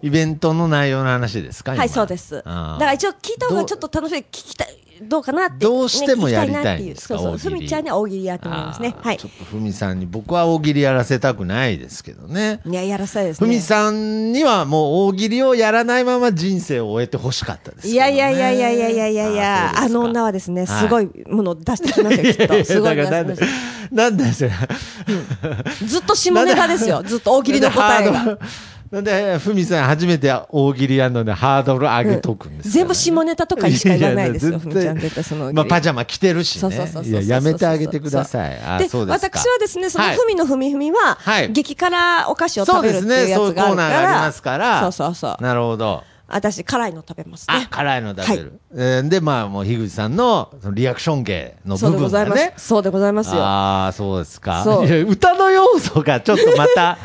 [SPEAKER 4] イベントの内容の話ですか
[SPEAKER 3] はい、そうです。だ
[SPEAKER 4] あ
[SPEAKER 3] から
[SPEAKER 4] あ
[SPEAKER 3] 一応聞いた方がちょっと楽しい、聞きたい、どうかなって、ね
[SPEAKER 4] どうしてもやりたいん
[SPEAKER 3] 聞きなってう
[SPEAKER 4] ですか
[SPEAKER 3] そう
[SPEAKER 4] 大
[SPEAKER 3] そ
[SPEAKER 4] 喜利
[SPEAKER 3] う。ふみちゃんには大喜利やってもらいますね。
[SPEAKER 4] あー
[SPEAKER 3] はい
[SPEAKER 4] ちょ。っとふみさんに僕は大喜利やらせたくないですけどね。
[SPEAKER 3] いや、やらせたいです
[SPEAKER 4] ふ
[SPEAKER 3] ね。
[SPEAKER 4] みさんにはもう大喜利をやらないまま人生を終えてほしかったですけどね、
[SPEAKER 3] いやいやいやいやいやいやいやいや、
[SPEAKER 4] ー
[SPEAKER 3] あの女はですね、すごいものを出してきましたよ、きっ
[SPEAKER 4] [laughs]
[SPEAKER 3] と。すごい
[SPEAKER 4] だ
[SPEAKER 3] 出し
[SPEAKER 4] か
[SPEAKER 3] て
[SPEAKER 4] らなん
[SPEAKER 3] きまし
[SPEAKER 4] で
[SPEAKER 3] た。
[SPEAKER 4] なんでそれ
[SPEAKER 3] ずっと下ネタですよ、ずっと大喜利の答え
[SPEAKER 4] なんでハード
[SPEAKER 3] が。
[SPEAKER 4] ルなんで、ふみさん初めて大喜利やるのでハードル上げとくんですから
[SPEAKER 3] 全部下ネタとかにしか言わないですよ、
[SPEAKER 4] やや
[SPEAKER 3] ふみちゃん絶対その大喜利。
[SPEAKER 4] まあ、パジャマ着てるし
[SPEAKER 3] そうそう
[SPEAKER 4] ね
[SPEAKER 3] そう。そ
[SPEAKER 4] い
[SPEAKER 3] う
[SPEAKER 4] や、やめてあげてください。あ、
[SPEAKER 3] で
[SPEAKER 4] そうですか。
[SPEAKER 3] 私はですね、その
[SPEAKER 4] はい
[SPEAKER 3] ふみのふみふみは、
[SPEAKER 4] はい
[SPEAKER 3] 激辛お菓子を
[SPEAKER 4] そ
[SPEAKER 3] 食
[SPEAKER 4] う
[SPEAKER 3] べ
[SPEAKER 4] で
[SPEAKER 3] るっ
[SPEAKER 4] す
[SPEAKER 3] て
[SPEAKER 4] ね
[SPEAKER 3] い。うや
[SPEAKER 4] そうい
[SPEAKER 3] つ
[SPEAKER 4] うコー
[SPEAKER 3] が
[SPEAKER 4] ナ
[SPEAKER 3] ある
[SPEAKER 4] ーが
[SPEAKER 3] か
[SPEAKER 4] あり
[SPEAKER 3] ら、
[SPEAKER 4] ますから。
[SPEAKER 3] そうそうそう。
[SPEAKER 4] なるほど。
[SPEAKER 3] 私、辛いの食べます
[SPEAKER 4] あ
[SPEAKER 3] ね、。
[SPEAKER 4] 辛いの食べ
[SPEAKER 3] は
[SPEAKER 4] る。えーで、まあ、もう、樋口さんの、そのリアクション芸の
[SPEAKER 3] そ
[SPEAKER 4] 部
[SPEAKER 3] うでご
[SPEAKER 4] 分
[SPEAKER 3] ざ
[SPEAKER 4] が
[SPEAKER 3] います
[SPEAKER 4] ね。。
[SPEAKER 3] そうでございますよ。
[SPEAKER 4] ああ、そうですか。
[SPEAKER 3] そう
[SPEAKER 4] いや歌の要素がちょっとま
[SPEAKER 3] [laughs]
[SPEAKER 4] た、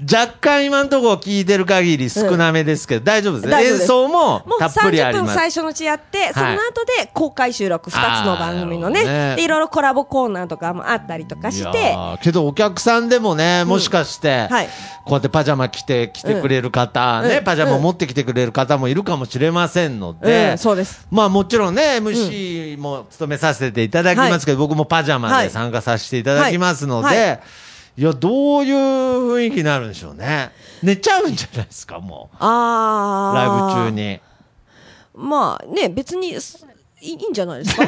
[SPEAKER 4] 若干今のところ聞いてる限り少なめですけど、大丈夫ですね。
[SPEAKER 3] 大丈夫
[SPEAKER 4] 演
[SPEAKER 3] です
[SPEAKER 4] 奏も
[SPEAKER 3] もう
[SPEAKER 4] たっぷりあ
[SPEAKER 3] 30
[SPEAKER 4] り
[SPEAKER 3] 分
[SPEAKER 4] ます。
[SPEAKER 3] 最初のうちやって、その後で公開収録、2つの番組の
[SPEAKER 4] あーなるほど
[SPEAKER 3] ね
[SPEAKER 4] ね
[SPEAKER 3] で、いろいろコラボコーナーとかもあったりとかし
[SPEAKER 4] い
[SPEAKER 3] て、
[SPEAKER 4] やーけどお客さんでもね、もしかして、
[SPEAKER 3] はい
[SPEAKER 4] こうやってパジャマ着て来てくれる方、
[SPEAKER 3] うん
[SPEAKER 4] ね、
[SPEAKER 3] うん
[SPEAKER 4] パジャマを持ってきてくれる方もいるかもしれませんので、
[SPEAKER 3] うんそうです
[SPEAKER 4] まあもちろんね、MC も務めさせていただきますけど、僕もパジャマで参加させていただきますので、
[SPEAKER 3] はいいはい
[SPEAKER 4] や、どういう雰囲気になるんでしょうね。寝ちゃうんじゃないですか、もう。
[SPEAKER 3] あ
[SPEAKER 4] ライ
[SPEAKER 3] ー
[SPEAKER 4] ブ中に。
[SPEAKER 3] まあね、別にすいいいんじゃないで
[SPEAKER 4] [laughs]
[SPEAKER 3] すか、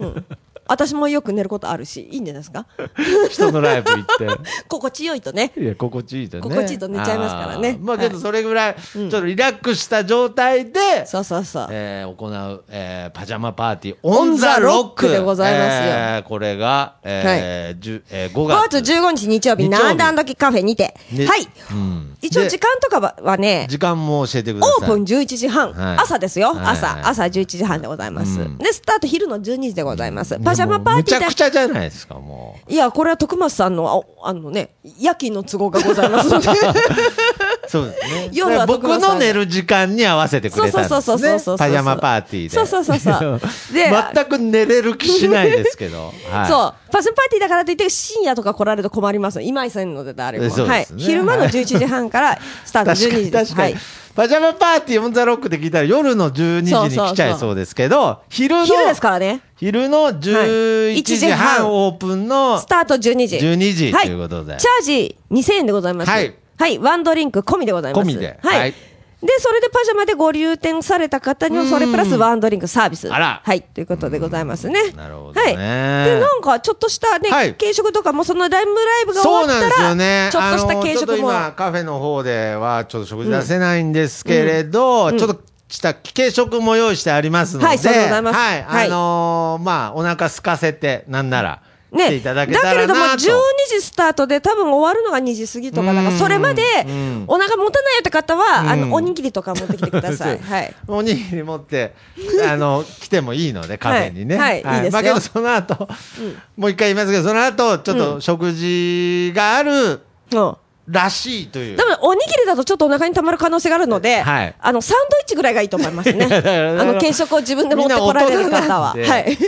[SPEAKER 3] うん私もよく寝ることあるし、いいんじゃないですか。 [laughs]
[SPEAKER 4] 人のライブ行って。
[SPEAKER 3] 心地よいとね。
[SPEAKER 4] いや、心地いいとね。
[SPEAKER 3] 心地いいと寝ちゃいますからね
[SPEAKER 4] あーまあ
[SPEAKER 3] はい
[SPEAKER 4] けど、それぐらい、ちょっとリラックスした状態で、
[SPEAKER 3] そうそうそう。
[SPEAKER 4] えー行う、えーパジャマパーティー、オ
[SPEAKER 3] オ
[SPEAKER 4] ン
[SPEAKER 3] ン
[SPEAKER 4] ザ
[SPEAKER 3] ザ
[SPEAKER 4] ロ
[SPEAKER 3] ロ
[SPEAKER 4] ッ
[SPEAKER 3] ッ
[SPEAKER 4] ク
[SPEAKER 3] クでございますよ
[SPEAKER 4] えーこれが、えーじゅえー5
[SPEAKER 3] 5
[SPEAKER 4] 月。
[SPEAKER 3] 月15日日曜日、
[SPEAKER 4] 日曜日
[SPEAKER 3] なんだあの時カフェにて。
[SPEAKER 4] ね
[SPEAKER 3] はい。
[SPEAKER 4] うん
[SPEAKER 3] 一応
[SPEAKER 4] で
[SPEAKER 3] 時間とかははね、
[SPEAKER 4] 時間も教えてください。
[SPEAKER 3] オープン11時半、
[SPEAKER 4] はい
[SPEAKER 3] 朝ですよ、
[SPEAKER 4] はい
[SPEAKER 3] 朝、朝11時半でございます、
[SPEAKER 4] うん
[SPEAKER 3] で、スタート昼の12時でございます。
[SPEAKER 4] でも
[SPEAKER 3] パジャマパーティ
[SPEAKER 4] むち
[SPEAKER 3] ーで
[SPEAKER 4] ゃくちゃじゃないですか、もう。
[SPEAKER 3] いや、これは徳松さんの、あおあのね、夜勤の都合がございますので。
[SPEAKER 4] そうですね。
[SPEAKER 3] [laughs] 夜は
[SPEAKER 4] 僕
[SPEAKER 3] 徳川さん
[SPEAKER 4] の寝る時間に合わせてくれたんです、ね。
[SPEAKER 3] そうそうそうそうそうそう
[SPEAKER 4] パジャマパーティーで。
[SPEAKER 3] そうそうそう
[SPEAKER 4] [laughs]
[SPEAKER 3] そうで
[SPEAKER 4] 全く寝れる気しないですけ
[SPEAKER 3] [laughs]
[SPEAKER 4] ど。はい、
[SPEAKER 3] そう。パジャマパーティーだからといって、深夜とか来られると困ります。今井さんので誰も、
[SPEAKER 4] えそう
[SPEAKER 3] は
[SPEAKER 4] で
[SPEAKER 3] い
[SPEAKER 4] す。ね
[SPEAKER 3] 昼間の11時半からスタート12
[SPEAKER 4] 確かに
[SPEAKER 3] 時です。
[SPEAKER 4] 確かに、
[SPEAKER 3] はい
[SPEAKER 4] パジャマパーティーオンザロックで聞いたら夜の12時に来ちゃいそうですけど昼の
[SPEAKER 3] 昼ですからね。
[SPEAKER 4] 昼の11時半オープンの
[SPEAKER 3] [laughs] スタート12時。
[SPEAKER 4] 12時
[SPEAKER 3] は
[SPEAKER 4] ということで
[SPEAKER 3] チャージ2000円でございます。
[SPEAKER 4] はい。
[SPEAKER 3] ワンドリンク込みでございます。
[SPEAKER 4] 込みで
[SPEAKER 3] はい。
[SPEAKER 4] はい
[SPEAKER 3] で、それでパジャマでご入店された方には、それプラスワンドリンクサービス。
[SPEAKER 4] あら
[SPEAKER 3] はい。ということでございますね。
[SPEAKER 4] なるほど
[SPEAKER 3] は
[SPEAKER 4] ね
[SPEAKER 3] い。で、なんか、ちょっとしたね、
[SPEAKER 4] はい
[SPEAKER 3] 軽食とかも、そのライブライブが
[SPEAKER 4] そう
[SPEAKER 3] 終わ
[SPEAKER 4] なん
[SPEAKER 3] った
[SPEAKER 4] ですよ
[SPEAKER 3] ら、
[SPEAKER 4] ね。
[SPEAKER 3] ちょっとした
[SPEAKER 4] あ
[SPEAKER 3] 軽
[SPEAKER 4] のちょっと
[SPEAKER 3] 食も。
[SPEAKER 4] 今、カフェの方では、ちょっと食事出せないんですけれど、ちょっとした軽食も用意してありますので、
[SPEAKER 3] はいそうでございます
[SPEAKER 4] はい
[SPEAKER 3] はい
[SPEAKER 4] あのーまあ、お腹空かせて、なんなら、来て
[SPEAKER 3] ね、
[SPEAKER 4] いただ
[SPEAKER 3] だ
[SPEAKER 4] けた
[SPEAKER 3] け
[SPEAKER 4] らな
[SPEAKER 3] れ
[SPEAKER 4] と。
[SPEAKER 3] ども、12時スタートで、多分終わるのが2時過ぎとか、だか
[SPEAKER 4] うん
[SPEAKER 3] ら、それまで
[SPEAKER 4] うん、
[SPEAKER 3] お腹持たないよって方
[SPEAKER 4] うん
[SPEAKER 3] は、あの、おにぎりとか持ってきてくだ
[SPEAKER 4] [laughs]
[SPEAKER 3] さい。はい。
[SPEAKER 4] おにぎり持って、あの、来てもいいの
[SPEAKER 3] [laughs]
[SPEAKER 4] で、カフェにね。
[SPEAKER 3] はいはいいいですよ
[SPEAKER 4] まあけど、その後、もう一回言いますけど、その後、ちょっと食事がある
[SPEAKER 3] うん。
[SPEAKER 4] らしいという。
[SPEAKER 3] でも、おにぎりだとちょっとお腹に溜まる可能性があるので、
[SPEAKER 4] はい
[SPEAKER 3] あの、サンドイッチぐらいがいいと思いま
[SPEAKER 4] [laughs]
[SPEAKER 3] すね。
[SPEAKER 4] だから
[SPEAKER 3] あの、軽食を自分で持ってこられる方は。
[SPEAKER 4] みんな
[SPEAKER 3] は
[SPEAKER 4] 大人なん [laughs]
[SPEAKER 3] い
[SPEAKER 4] で。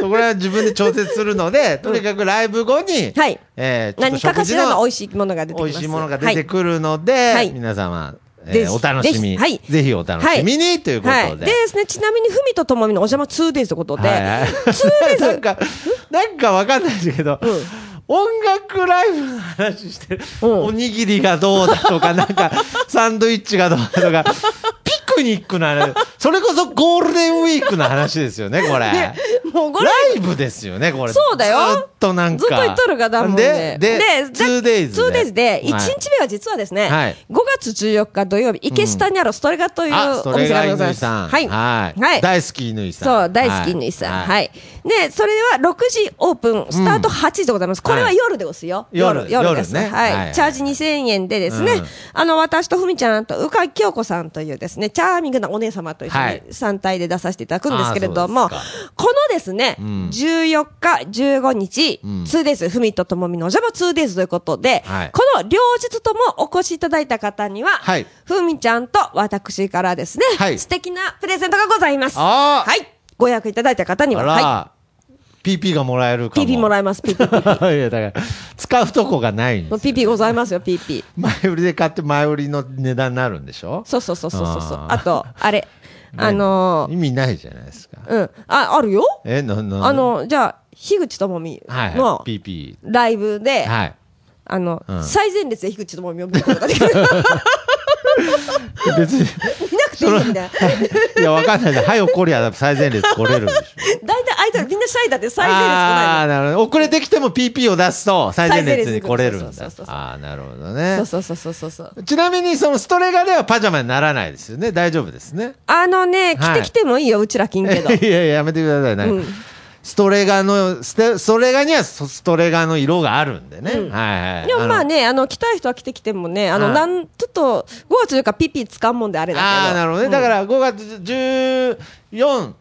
[SPEAKER 4] そこらは自分で調節するので、とにかくライブ後に、
[SPEAKER 3] はい
[SPEAKER 4] えーちょっと
[SPEAKER 3] 何かか
[SPEAKER 4] 食
[SPEAKER 3] し
[SPEAKER 4] 事
[SPEAKER 3] らの美
[SPEAKER 4] の
[SPEAKER 3] 味しいものが出てき
[SPEAKER 4] 美
[SPEAKER 3] ます。
[SPEAKER 4] 味しいものが出て
[SPEAKER 3] く
[SPEAKER 4] くるので、
[SPEAKER 3] はい
[SPEAKER 4] 皆様、えー
[SPEAKER 3] です
[SPEAKER 4] お楽しみ、
[SPEAKER 3] ぜひはい
[SPEAKER 4] ぜひお楽しみに、ということで。
[SPEAKER 3] はい。でですね、ちなみに、ふみとともみのお邪魔 2days ということで、
[SPEAKER 4] はいはい
[SPEAKER 3] 2days、
[SPEAKER 4] なんか、なんかわかんないですけど、音楽ライブの話してる、
[SPEAKER 3] うん [laughs]
[SPEAKER 4] おにぎりがどうだとか、なんか、サンドイッチがどうだとか、ピククニックな話、それこそゴールデンウィークの話ですよね、これ。
[SPEAKER 3] ねもうこ
[SPEAKER 4] ラ
[SPEAKER 3] れ、
[SPEAKER 4] イブですよね、これ。
[SPEAKER 3] そうだよ
[SPEAKER 4] ずっとなんか。
[SPEAKER 3] ずっと言っとるがだもんね。
[SPEAKER 4] で、で、
[SPEAKER 3] じゃ
[SPEAKER 4] 2days で。
[SPEAKER 3] 2days で、1
[SPEAKER 4] はい
[SPEAKER 3] 日目は実はですね、
[SPEAKER 4] はい
[SPEAKER 3] 5月14日土曜日、池下にあるストレガという
[SPEAKER 4] あ、そ
[SPEAKER 3] お
[SPEAKER 4] れ
[SPEAKER 3] 店
[SPEAKER 4] が
[SPEAKER 3] がご
[SPEAKER 4] 乾
[SPEAKER 3] ざいます。
[SPEAKER 4] さん。
[SPEAKER 3] はい。
[SPEAKER 4] はい。大好き乾さん。
[SPEAKER 3] そう、大好きにさ、はい、
[SPEAKER 4] い。
[SPEAKER 3] で、それは6時オープン、スタート8時でございます。これは夜でございますよ。
[SPEAKER 4] 夜
[SPEAKER 3] 夜です。
[SPEAKER 4] 夜ね
[SPEAKER 3] はい、
[SPEAKER 4] はい
[SPEAKER 3] チャージ2000円でですね、
[SPEAKER 4] うん
[SPEAKER 3] あの、私とふみちゃんと、うかきょうこさんというですね、チャーミングなお姉様と一緒
[SPEAKER 4] はい
[SPEAKER 3] に3体で出させていただくんですけれども、
[SPEAKER 4] あーそうです
[SPEAKER 3] このですね、
[SPEAKER 4] ん
[SPEAKER 3] 14日、15日、
[SPEAKER 4] ん
[SPEAKER 3] 2days、ふみとともみのおじゃま 2days ということで、
[SPEAKER 4] はい
[SPEAKER 3] この両日ともお越しいただいた方には、
[SPEAKER 4] はい
[SPEAKER 3] ふみちゃんと私からですね、
[SPEAKER 4] はい
[SPEAKER 3] 素敵なプレゼントがございます。
[SPEAKER 4] あー
[SPEAKER 3] はい。ご予約いただいた方に
[SPEAKER 4] あ
[SPEAKER 3] は、
[SPEAKER 4] ら、
[SPEAKER 3] は
[SPEAKER 4] PP がもらえる
[SPEAKER 3] い。
[SPEAKER 4] かも。
[SPEAKER 3] PP もらえます、PP。
[SPEAKER 4] [laughs] いや、だから、使うとこがないんです
[SPEAKER 3] PP ございますよ、PP。
[SPEAKER 4] 前売りで買って前売りの値段になるんでしょ
[SPEAKER 3] そうそうそうそうそうそう。
[SPEAKER 4] あー
[SPEAKER 3] あと、あれ、あの
[SPEAKER 4] 意味ないじゃないですか。
[SPEAKER 3] ー、うん。あ、あるよ。
[SPEAKER 4] え、な、な、
[SPEAKER 3] あ、の、じゃあ、樋口智美
[SPEAKER 4] はい、
[SPEAKER 3] の
[SPEAKER 4] はい。PP。
[SPEAKER 3] ライブで、
[SPEAKER 4] はい。
[SPEAKER 3] あの
[SPEAKER 4] う、ん
[SPEAKER 3] 最前列で樋口智美を見ることができる。見な
[SPEAKER 4] 別に、
[SPEAKER 3] くていいん
[SPEAKER 4] [laughs]
[SPEAKER 3] だよ。
[SPEAKER 4] いや、わかんないです。はい、怒りゃ最前列来れるでしょ。
[SPEAKER 3] 大体アイドルみんなシャイだって [laughs] 最前列来
[SPEAKER 4] ああー、
[SPEAKER 3] ないの。
[SPEAKER 4] なるほど。遅れてきても PP を出すと最前列に来れるん
[SPEAKER 3] 最前
[SPEAKER 4] だ
[SPEAKER 3] 列に。
[SPEAKER 4] ああ、なるほどね
[SPEAKER 3] そう。そうそうそうそうそう。
[SPEAKER 4] ちなみに、そのストレガではパジャマにならないですよね。大丈夫ですね。
[SPEAKER 3] あのね、来
[SPEAKER 4] はい
[SPEAKER 3] て来てもいいよ、うちら
[SPEAKER 4] い
[SPEAKER 3] 金
[SPEAKER 4] や
[SPEAKER 3] け
[SPEAKER 4] い [laughs]
[SPEAKER 3] ど。
[SPEAKER 4] や、やめてくださいね。
[SPEAKER 3] うん
[SPEAKER 4] ストレガの、ステストレガにはそストレガの色があるんでね。はいはい。
[SPEAKER 3] でもまあ
[SPEAKER 4] の、
[SPEAKER 3] ね、あの、来たい人は来てきてもね、あ
[SPEAKER 4] あ
[SPEAKER 3] の、
[SPEAKER 4] あ
[SPEAKER 3] なん、ちょっと、5月というかピピ使うもんであれだけど。
[SPEAKER 4] ああ、なるほどね。だから5月14、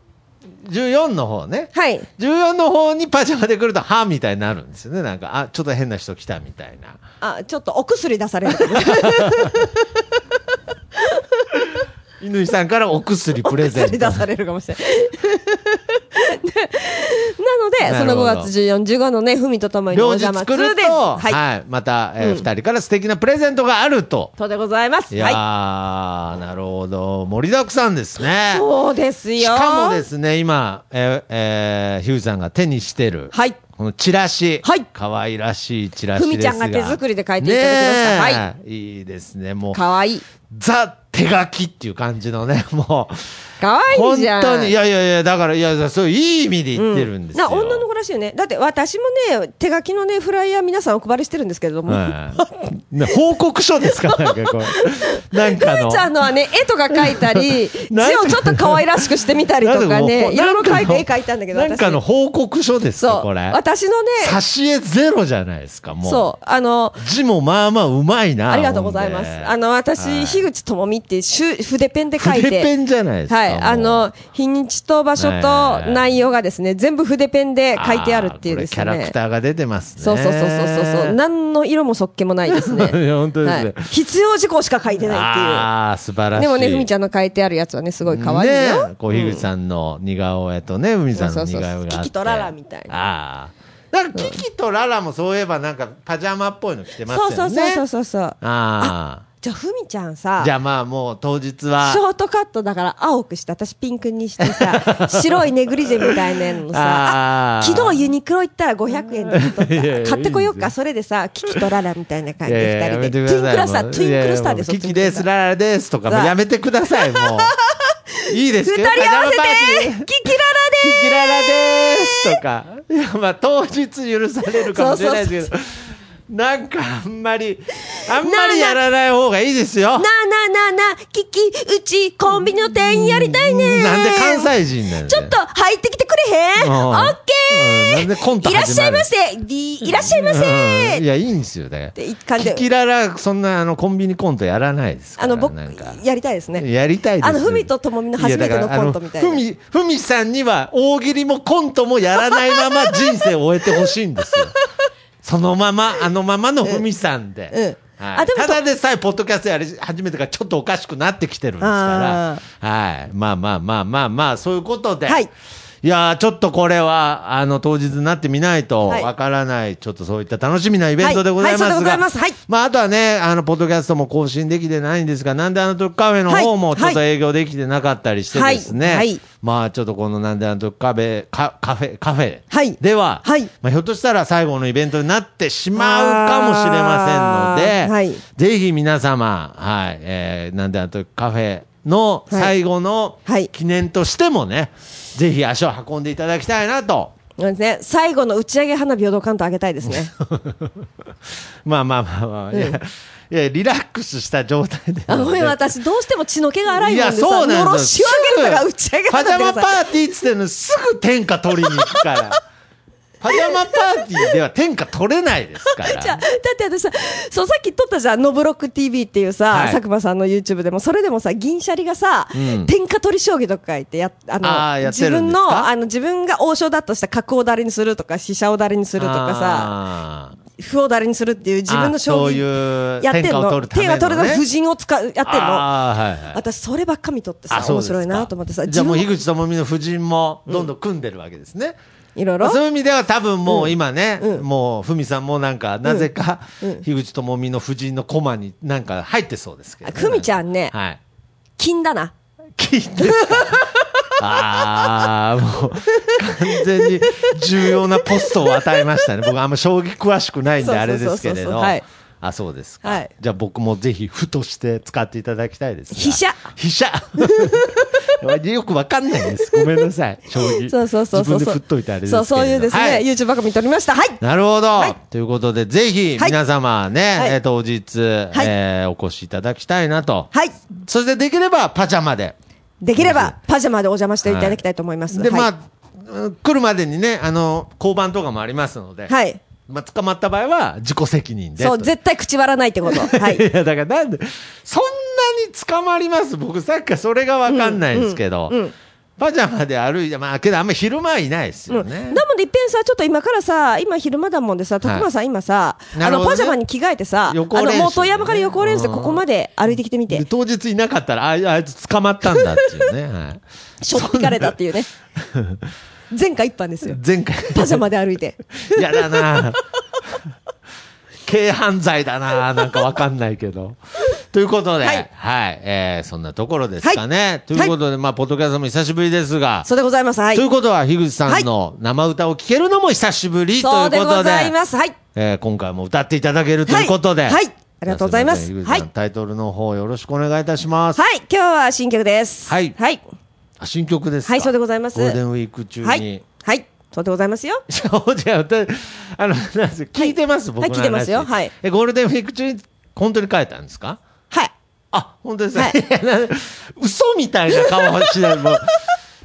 [SPEAKER 4] 14の方ね。
[SPEAKER 3] はい。
[SPEAKER 4] 14の方にパジャマで来ると、はみたいになるんですよね。なんか、あ、ちょっと変な人来たみたいな。
[SPEAKER 3] あ、ちょっとお薬出される。
[SPEAKER 4] 乾さんからお薬 [laughs]
[SPEAKER 3] お
[SPEAKER 4] プレゼン
[SPEAKER 3] 薬出
[SPEAKER 4] ト。
[SPEAKER 3] されるかも
[SPEAKER 4] [laughs]
[SPEAKER 3] しれない。でなので、
[SPEAKER 4] なる
[SPEAKER 3] その
[SPEAKER 4] ほど
[SPEAKER 3] 5月14、15のね、ふみとともにお
[SPEAKER 4] 両日
[SPEAKER 3] 邪魔
[SPEAKER 4] 来
[SPEAKER 3] 2
[SPEAKER 4] る
[SPEAKER 3] で
[SPEAKER 4] と、
[SPEAKER 3] す。
[SPEAKER 4] はい、
[SPEAKER 3] はい。
[SPEAKER 4] また、えー
[SPEAKER 3] うん
[SPEAKER 4] 二人から素敵なプレゼントがあると。
[SPEAKER 3] とでございます。
[SPEAKER 4] いやー、
[SPEAKER 3] は
[SPEAKER 4] なるほど。盛りだくさんですね
[SPEAKER 3] い。。そうですよ。
[SPEAKER 4] しかもですね、今、えー、えー、ヒューさんが手にしてる、
[SPEAKER 3] はい。
[SPEAKER 4] このチラシ。
[SPEAKER 3] はい
[SPEAKER 4] 可愛らしいチラシですが。
[SPEAKER 3] ふみちゃんが手作りで書いていただきました
[SPEAKER 4] ねえい。いですね。もう、
[SPEAKER 3] かわいい。
[SPEAKER 4] ザ手書きっていう感じのね、もう。
[SPEAKER 3] かわいい
[SPEAKER 4] 本
[SPEAKER 3] じゃん。
[SPEAKER 4] 当に、いやいやいや、だから、いや、そういい意味で言ってるんですよ。
[SPEAKER 3] な女の子らしいよね。だって私もね、手書きのね、フライヤー皆さんお配りしてるんですけれども、
[SPEAKER 4] はいね報告書ですかなんかこ
[SPEAKER 3] [laughs]
[SPEAKER 4] う。なんかの。
[SPEAKER 3] ちゃんのはね、絵とか描いたり、字
[SPEAKER 4] [laughs] なんか
[SPEAKER 3] をちょっと可愛らしくしてみたりとかね、いろいろ描いて絵描いたんだけど、
[SPEAKER 4] なんかのなんかの報告書です
[SPEAKER 3] そ
[SPEAKER 4] か
[SPEAKER 3] う、
[SPEAKER 4] これ。
[SPEAKER 3] 私のね、
[SPEAKER 4] 挿絵ゼロじゃないですか、もう。
[SPEAKER 3] そう、あの、
[SPEAKER 4] 字もまあまあうまいな。
[SPEAKER 3] ありがとうございます。
[SPEAKER 4] ほんで
[SPEAKER 3] あの、
[SPEAKER 4] は
[SPEAKER 3] 私、
[SPEAKER 4] い
[SPEAKER 3] 樋口智美っていうしゅ筆ペンで書いて。
[SPEAKER 4] 筆ペンじゃないですか
[SPEAKER 3] はい。
[SPEAKER 4] もう
[SPEAKER 3] あの、日にちと場所
[SPEAKER 4] はい
[SPEAKER 3] と内容がですね、全部筆ペンで書いてあるっていうですね。
[SPEAKER 4] あーこれキャラクターが出てますね。
[SPEAKER 3] そうそうそうそうそう。何の色もそっけもないですね。
[SPEAKER 4] い [laughs] や本当ですね
[SPEAKER 3] はい必要事項しか書いてないっていう。
[SPEAKER 4] ああ、素晴らしい。
[SPEAKER 3] でもね、ふみちゃんの書いてあるやつはね、すごい可愛いよ。
[SPEAKER 4] ねえこう、樋口さんの似顔絵とね、海さんの似顔絵があって。
[SPEAKER 3] そうそうそうキキとララみたい
[SPEAKER 4] な。ああ。なんか、キキとララもそういえば、なんか、パジャマっぽいの着てますよ
[SPEAKER 3] そう
[SPEAKER 4] ね。
[SPEAKER 3] そうそうそうそう。
[SPEAKER 4] あ
[SPEAKER 3] じゃあ、ふみちゃん
[SPEAKER 4] あ。
[SPEAKER 3] さ
[SPEAKER 4] じ、ゃあまあ、もう当日は
[SPEAKER 3] シ。ョートカットだから青くして、私ピンクにして
[SPEAKER 4] [laughs]
[SPEAKER 3] さ、白いネグリジェみたいなのさ、
[SPEAKER 4] あ
[SPEAKER 3] あ
[SPEAKER 4] ー
[SPEAKER 3] 昨日ユニクロ行ったら500円で買
[SPEAKER 4] [laughs]
[SPEAKER 3] っ
[SPEAKER 4] いやいや
[SPEAKER 3] た買ってこよう
[SPEAKER 4] いいんです
[SPEAKER 3] か、
[SPEAKER 4] よ
[SPEAKER 3] それでさ、キキとララみたいな感
[SPEAKER 4] い
[SPEAKER 3] じ
[SPEAKER 4] やいや
[SPEAKER 3] で
[SPEAKER 4] や
[SPEAKER 3] 二人
[SPEAKER 4] め
[SPEAKER 3] で、
[SPEAKER 4] て
[SPEAKER 3] ト
[SPEAKER 4] ください
[SPEAKER 3] ゥインクラスター、
[SPEAKER 4] もう
[SPEAKER 3] トゥインクルスターです
[SPEAKER 4] いやいやもう
[SPEAKER 3] よ
[SPEAKER 4] キキです、ララですとか、も
[SPEAKER 3] さあ
[SPEAKER 4] うやめてください、もう。いいです
[SPEAKER 3] 二
[SPEAKER 4] け
[SPEAKER 3] 人
[SPEAKER 4] ど
[SPEAKER 3] 合わせて
[SPEAKER 4] パジャマパーティー [laughs]
[SPEAKER 3] キキララ
[SPEAKER 4] キキララですとか、いやまあ当日許されるかもしれないですけど、なんかあんまり、あんまりやらない方がいいですよ。
[SPEAKER 3] なあなあなあなあ、キキ、うちコンビニの店員やりたいね
[SPEAKER 4] なんで関西人なんだよ
[SPEAKER 3] ちょっと入ってきてくれへん
[SPEAKER 4] うん
[SPEAKER 3] オッケー、
[SPEAKER 4] うんなんでコント
[SPEAKER 3] いらっ
[SPEAKER 4] 始
[SPEAKER 3] し
[SPEAKER 4] ま
[SPEAKER 3] ゃい
[SPEAKER 4] る
[SPEAKER 3] ませいいらっしゃいませ、
[SPEAKER 4] うんい
[SPEAKER 3] っ
[SPEAKER 4] や、いいんですよ、だから。
[SPEAKER 3] て一貫
[SPEAKER 4] キ
[SPEAKER 3] で、
[SPEAKER 4] キララ、そんなあのコンビニコントやらないですか
[SPEAKER 3] あ
[SPEAKER 4] ら。
[SPEAKER 3] の、僕
[SPEAKER 4] なんか、
[SPEAKER 3] やりたいですね。
[SPEAKER 4] やりたいです
[SPEAKER 3] あの、ふみとともみの初めてのコントみたい
[SPEAKER 4] やだからあ
[SPEAKER 3] な。
[SPEAKER 4] のふみ、ふみさんには大喜利もコントもやらないまま人生を終えてほしいんです
[SPEAKER 3] [laughs]
[SPEAKER 4] よ。そのまま、あのままのふみさんで。
[SPEAKER 3] うん
[SPEAKER 4] はい
[SPEAKER 3] あでも
[SPEAKER 4] ただでさえ、ポッドキャストやり始めてからちょっとおかしくなってきてるんですから。はい。まあまあまあまあまあ、そういうことで。
[SPEAKER 3] はい
[SPEAKER 4] いやーちょっとこれは、あの、当日になってみないと、
[SPEAKER 3] はい
[SPEAKER 4] わからない,、ちょっとそういった楽しみなイベントでございますが、
[SPEAKER 3] はいはいそうでございますはい
[SPEAKER 4] まあ、あとはね、あの、ポッドキャストも更新できてないんですが、なんであの時カフェの方も
[SPEAKER 3] はい
[SPEAKER 4] ちょっと営業できてなかったりしてですね、
[SPEAKER 3] はいはい
[SPEAKER 4] まあ、ちょっとこのなんであの時カフェ、カカフェ、カフェ、
[SPEAKER 3] はい
[SPEAKER 4] では、
[SPEAKER 3] はい
[SPEAKER 4] まあ、ひょっとしたら最後のイベントになってしまうかもしれませんので、
[SPEAKER 3] あーはい
[SPEAKER 4] ぜひ皆様、はい、えー、なんであの時カフェ、の最後の
[SPEAKER 3] はいはい
[SPEAKER 4] 記念としてもね、ぜひ足を運んでいただきたいなと。
[SPEAKER 3] そうですね。最後の打ち上げ花火をドカンと上げたいです
[SPEAKER 4] [laughs]
[SPEAKER 3] ね。
[SPEAKER 4] まあまあまあまあ、いや、いやリラックスした状態で。
[SPEAKER 3] あごめん、私、どうしても血の気が荒いもんでさ、
[SPEAKER 4] そうなん
[SPEAKER 3] のろ
[SPEAKER 4] です
[SPEAKER 3] し
[SPEAKER 4] よ
[SPEAKER 3] を上げるから打ち上げ
[SPEAKER 4] パジ
[SPEAKER 3] 花
[SPEAKER 4] ャ
[SPEAKER 3] 火
[SPEAKER 4] マ
[SPEAKER 3] が
[SPEAKER 4] パ
[SPEAKER 3] [laughs] さ。
[SPEAKER 4] ーティーっつってんのすぐ天下取りに行く
[SPEAKER 3] [laughs]
[SPEAKER 4] から。パジャマパーティーでは天下取れないですから。
[SPEAKER 3] じゃあだって私さ、そうさっき撮ったじゃん、ノブロック TV っていうさ、
[SPEAKER 4] はい
[SPEAKER 3] 佐久間さんの YouTube でも、それでもさ、銀シャリがさ、
[SPEAKER 4] うん
[SPEAKER 3] 天下取り将棋とか言ってや、あの、
[SPEAKER 4] あーやって
[SPEAKER 3] 自
[SPEAKER 4] るん
[SPEAKER 3] 分
[SPEAKER 4] ですか
[SPEAKER 3] の、あの、自分が王将だとした角をだれにするとか、飛車をだれにするとかさ、
[SPEAKER 4] あー
[SPEAKER 3] 歩をだれにするっていう自分の将
[SPEAKER 4] あそう
[SPEAKER 3] 棋
[SPEAKER 4] いう
[SPEAKER 3] やってん
[SPEAKER 4] 天下を
[SPEAKER 3] の。
[SPEAKER 4] 取るためのね
[SPEAKER 3] 天下取るの、夫人を使う、やってんの。
[SPEAKER 4] あーはいはい。
[SPEAKER 3] 私、そればっか見とって
[SPEAKER 4] あ
[SPEAKER 3] さ、
[SPEAKER 4] そう
[SPEAKER 3] 面
[SPEAKER 4] ですか
[SPEAKER 3] 白いなと思ってさ、
[SPEAKER 4] じゃあもう
[SPEAKER 3] 自
[SPEAKER 4] 樋
[SPEAKER 3] 分
[SPEAKER 4] 口智
[SPEAKER 3] も
[SPEAKER 4] 美の夫人もどんどん組んでるわけですね。
[SPEAKER 3] いろい
[SPEAKER 4] まあ
[SPEAKER 3] ろ。
[SPEAKER 4] そういう意味では多分もう今ね、
[SPEAKER 3] うん
[SPEAKER 4] もうふみさんもなんかなぜか
[SPEAKER 3] うんうん
[SPEAKER 4] 樋口智美の夫人のコマになんか入ってそうですけど、
[SPEAKER 3] あふみちゃんね
[SPEAKER 4] はい。
[SPEAKER 3] 金だな。
[SPEAKER 4] 金ですか [laughs] ああ、もう完全に重要なポストを与えましたね。僕あんま将棋詳しくないんで
[SPEAKER 3] そうそうそうそう
[SPEAKER 4] あれですけれど。
[SPEAKER 3] はい
[SPEAKER 4] あ、そうですか。
[SPEAKER 3] はい
[SPEAKER 4] じゃあ僕もぜひふとして使っていただきたいですが。
[SPEAKER 3] 飛車
[SPEAKER 4] 飛車 [laughs] よくわかんないです。ごめんなさい。将棋。
[SPEAKER 3] そうそうそうそう。
[SPEAKER 4] 自分で振っといてあれですけ
[SPEAKER 3] そ
[SPEAKER 4] れ
[SPEAKER 3] う、
[SPEAKER 4] ど。
[SPEAKER 3] そういうですね、
[SPEAKER 4] はい
[SPEAKER 3] YouTube ばっか見ておりました。はい。
[SPEAKER 4] なるほど、
[SPEAKER 3] はい
[SPEAKER 4] ということで、ぜひ、
[SPEAKER 3] はい
[SPEAKER 4] 皆様ね、
[SPEAKER 3] はい
[SPEAKER 4] えー当日、
[SPEAKER 3] い
[SPEAKER 4] えーお越しいただきたいなと。
[SPEAKER 3] はい。
[SPEAKER 4] そして、できれば、パジャマで。
[SPEAKER 3] できれば、パジャマでお邪魔していただきたいと思います。
[SPEAKER 4] で、
[SPEAKER 3] はい、
[SPEAKER 4] まあ、うん来るまでにね、あの、交番とかもありますので、
[SPEAKER 3] はい。
[SPEAKER 4] まあ、捕まった場合は、自己責任で。
[SPEAKER 3] そう、
[SPEAKER 4] と
[SPEAKER 3] 絶対口割らないっ
[SPEAKER 4] [laughs]
[SPEAKER 3] てこと。はいい。
[SPEAKER 4] や、だからなんで、そんなに捕まります僕、さっきからそれがわかんないんですけど、パジャマで歩いて、まあ、けど、あんまり昼間はいないですよね。
[SPEAKER 3] なので、いっぺんさ、ちょっと今からさ、今昼間だもんでさ、徳間さん今さ、
[SPEAKER 4] な
[SPEAKER 3] あ
[SPEAKER 4] るほど
[SPEAKER 3] の、
[SPEAKER 4] ね
[SPEAKER 3] パジャマに着替えてさ、あの、
[SPEAKER 4] 予行練習ね
[SPEAKER 3] もう遠山から横連でここまで歩いてきてみ
[SPEAKER 4] で
[SPEAKER 3] て、
[SPEAKER 4] 当日いなかったら、ああいつ捕まったんだっていうね。はい
[SPEAKER 3] ショッピかれたっていうね。前回一般ですよ。
[SPEAKER 4] 前回。
[SPEAKER 3] パジャマで歩
[SPEAKER 4] [laughs]
[SPEAKER 3] いて。
[SPEAKER 4] やだな [laughs] 軽犯罪だななんかわかんないけど。ということで、は
[SPEAKER 3] はいい、
[SPEAKER 4] えーそんなところですかね。
[SPEAKER 3] はい
[SPEAKER 4] ということで、まあ、ポッドキャストも久しぶりですが、
[SPEAKER 3] そうでございます。はい
[SPEAKER 4] とい。うことは、樋口さんの生歌を聴けるのも久しぶりとい
[SPEAKER 3] そ
[SPEAKER 4] こと
[SPEAKER 3] うう
[SPEAKER 4] で、
[SPEAKER 3] でございます。はい。
[SPEAKER 4] えー今回も歌っていただけるということで、
[SPEAKER 3] はいはいありがとうございます
[SPEAKER 4] じゃあません樋口さん
[SPEAKER 3] はい
[SPEAKER 4] タイトルの方よろしくお願いいたします。
[SPEAKER 3] はい。今日は新曲です。
[SPEAKER 4] はい
[SPEAKER 3] はい。
[SPEAKER 4] あ新曲ですか
[SPEAKER 3] はいそうでございます
[SPEAKER 4] ゴールデンウィーク中に。
[SPEAKER 3] はい。はい。そうでございますよ。
[SPEAKER 4] [laughs] そうじゃあ、私あの、なんです聞いてます、
[SPEAKER 3] はい
[SPEAKER 4] 僕の話。
[SPEAKER 3] 聞いてますよはい
[SPEAKER 4] え、ゴールデンウィーク中に、本当に書いたんですか
[SPEAKER 3] はい。
[SPEAKER 4] あ、本当ですか、
[SPEAKER 3] は
[SPEAKER 4] [laughs]
[SPEAKER 3] い
[SPEAKER 4] いや、な嘘みたいな顔をしない。も
[SPEAKER 3] [laughs]
[SPEAKER 4] う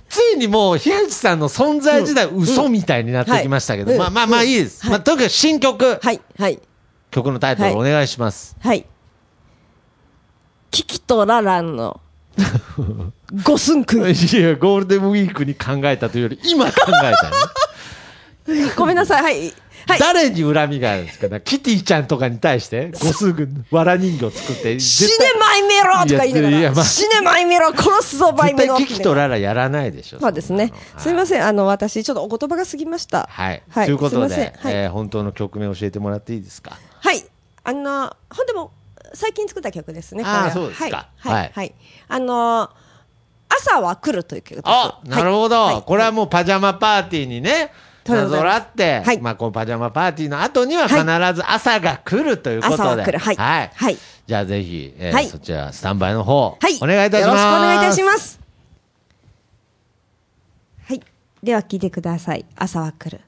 [SPEAKER 4] ついにもう、樋口さんの存在自体、嘘みたいになってきましたけど、
[SPEAKER 3] うん
[SPEAKER 4] まあまあまあいいです。まあ、とにかく新曲、
[SPEAKER 3] はい。はい。
[SPEAKER 4] 曲のタイトルお願いします。
[SPEAKER 3] はい。キキとララ
[SPEAKER 4] [laughs]
[SPEAKER 3] ンの五寸くん。
[SPEAKER 4] い、や、ゴールデンウィークに考えたというより、今考えたの、
[SPEAKER 3] ごめんなさい。はい。 [laughs] はい。
[SPEAKER 4] 誰に恨みがあるんですかねキティちゃんとかに対して、ごすぐ、わら人形作って、
[SPEAKER 3] 死
[SPEAKER 4] 絶
[SPEAKER 3] ね
[SPEAKER 4] 対
[SPEAKER 3] まいめろとか言いない
[SPEAKER 4] やい
[SPEAKER 3] が
[SPEAKER 4] や
[SPEAKER 3] ら、
[SPEAKER 4] まあ
[SPEAKER 3] 死ねまいめろ殺すぞ、まい
[SPEAKER 4] 絶
[SPEAKER 3] めろ
[SPEAKER 4] 対キキとララやらないでしょ。
[SPEAKER 3] そうですね。すみません。あの、私、ちょっとお言葉が過ぎました。
[SPEAKER 4] はい。ということ
[SPEAKER 3] すみま
[SPEAKER 4] で、
[SPEAKER 3] せん。はい。
[SPEAKER 4] えー本当の曲名教えてもらっていいですか
[SPEAKER 3] はい。あの、ほんでも、最近作った曲ですね。
[SPEAKER 4] あー
[SPEAKER 3] これは
[SPEAKER 4] そうですか
[SPEAKER 3] はい。は
[SPEAKER 4] はい
[SPEAKER 3] い。はいあの、朝は来るという曲です。
[SPEAKER 4] あなるほど、
[SPEAKER 3] はい
[SPEAKER 4] これはもうパジャマパーティーにね、
[SPEAKER 3] はい
[SPEAKER 4] なぞらって、
[SPEAKER 3] はい
[SPEAKER 4] まあこのパジャマパーティーの後には必ず朝が来るということで。
[SPEAKER 3] 朝は来るはいはい
[SPEAKER 4] じゃあぜひ、えー
[SPEAKER 3] はい
[SPEAKER 4] そちらスタンバイの方、
[SPEAKER 3] はい。
[SPEAKER 4] お願いいたします。
[SPEAKER 3] よろしくお願いいたします。はい。では聞いてください。朝は来る。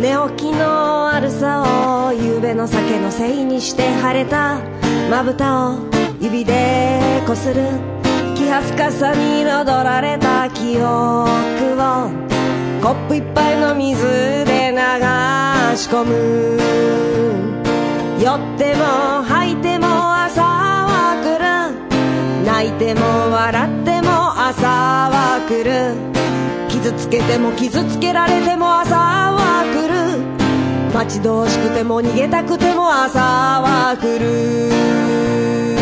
[SPEAKER 3] 寝起きの悪さを夕べの酒のせいにして腫れたまぶたを指でこする気恥ずかさに彩られた記憶をコップ一杯の水で流し込む酔っても吐いても朝は来る泣いても笑っても朝は来る傷つけても傷つけられても朝は来る待ち遠しくても逃げたくても朝は来る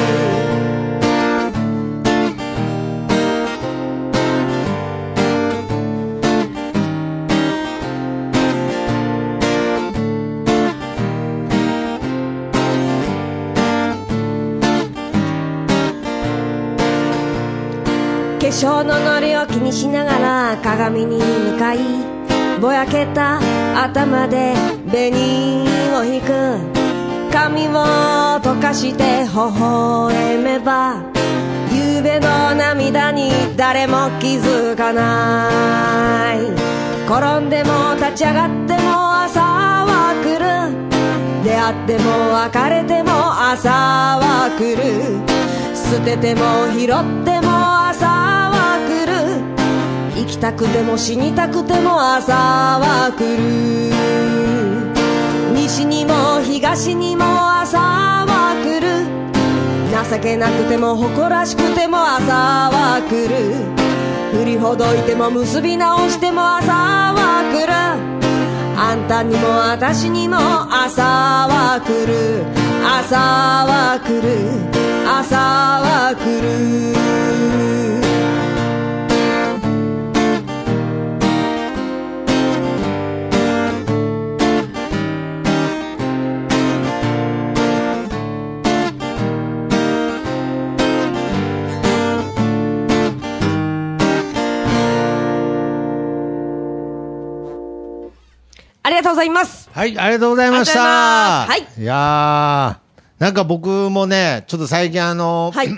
[SPEAKER 3] 少のノリを気にしながら鏡に向かいぼやけた頭で紅を引く髪を溶かして微笑めば夕べの涙に誰も気づかない転んでも立ち上がっても朝は来る出会っても別れても朝は来る捨てても拾っても朝は来る生きたくても死にたくても朝は来る西にも東にも朝は来る情けなくても誇らしくても朝は来る振りほどいても結び直しても朝は来るあんたにも私にも朝は来る朝は来る朝は来るありがとうございます
[SPEAKER 4] はい、ありがとうございました。
[SPEAKER 3] ありがとうございます
[SPEAKER 4] いやー、なんか僕もね、ちょっと最近あの、
[SPEAKER 3] はい
[SPEAKER 4] [clears throat]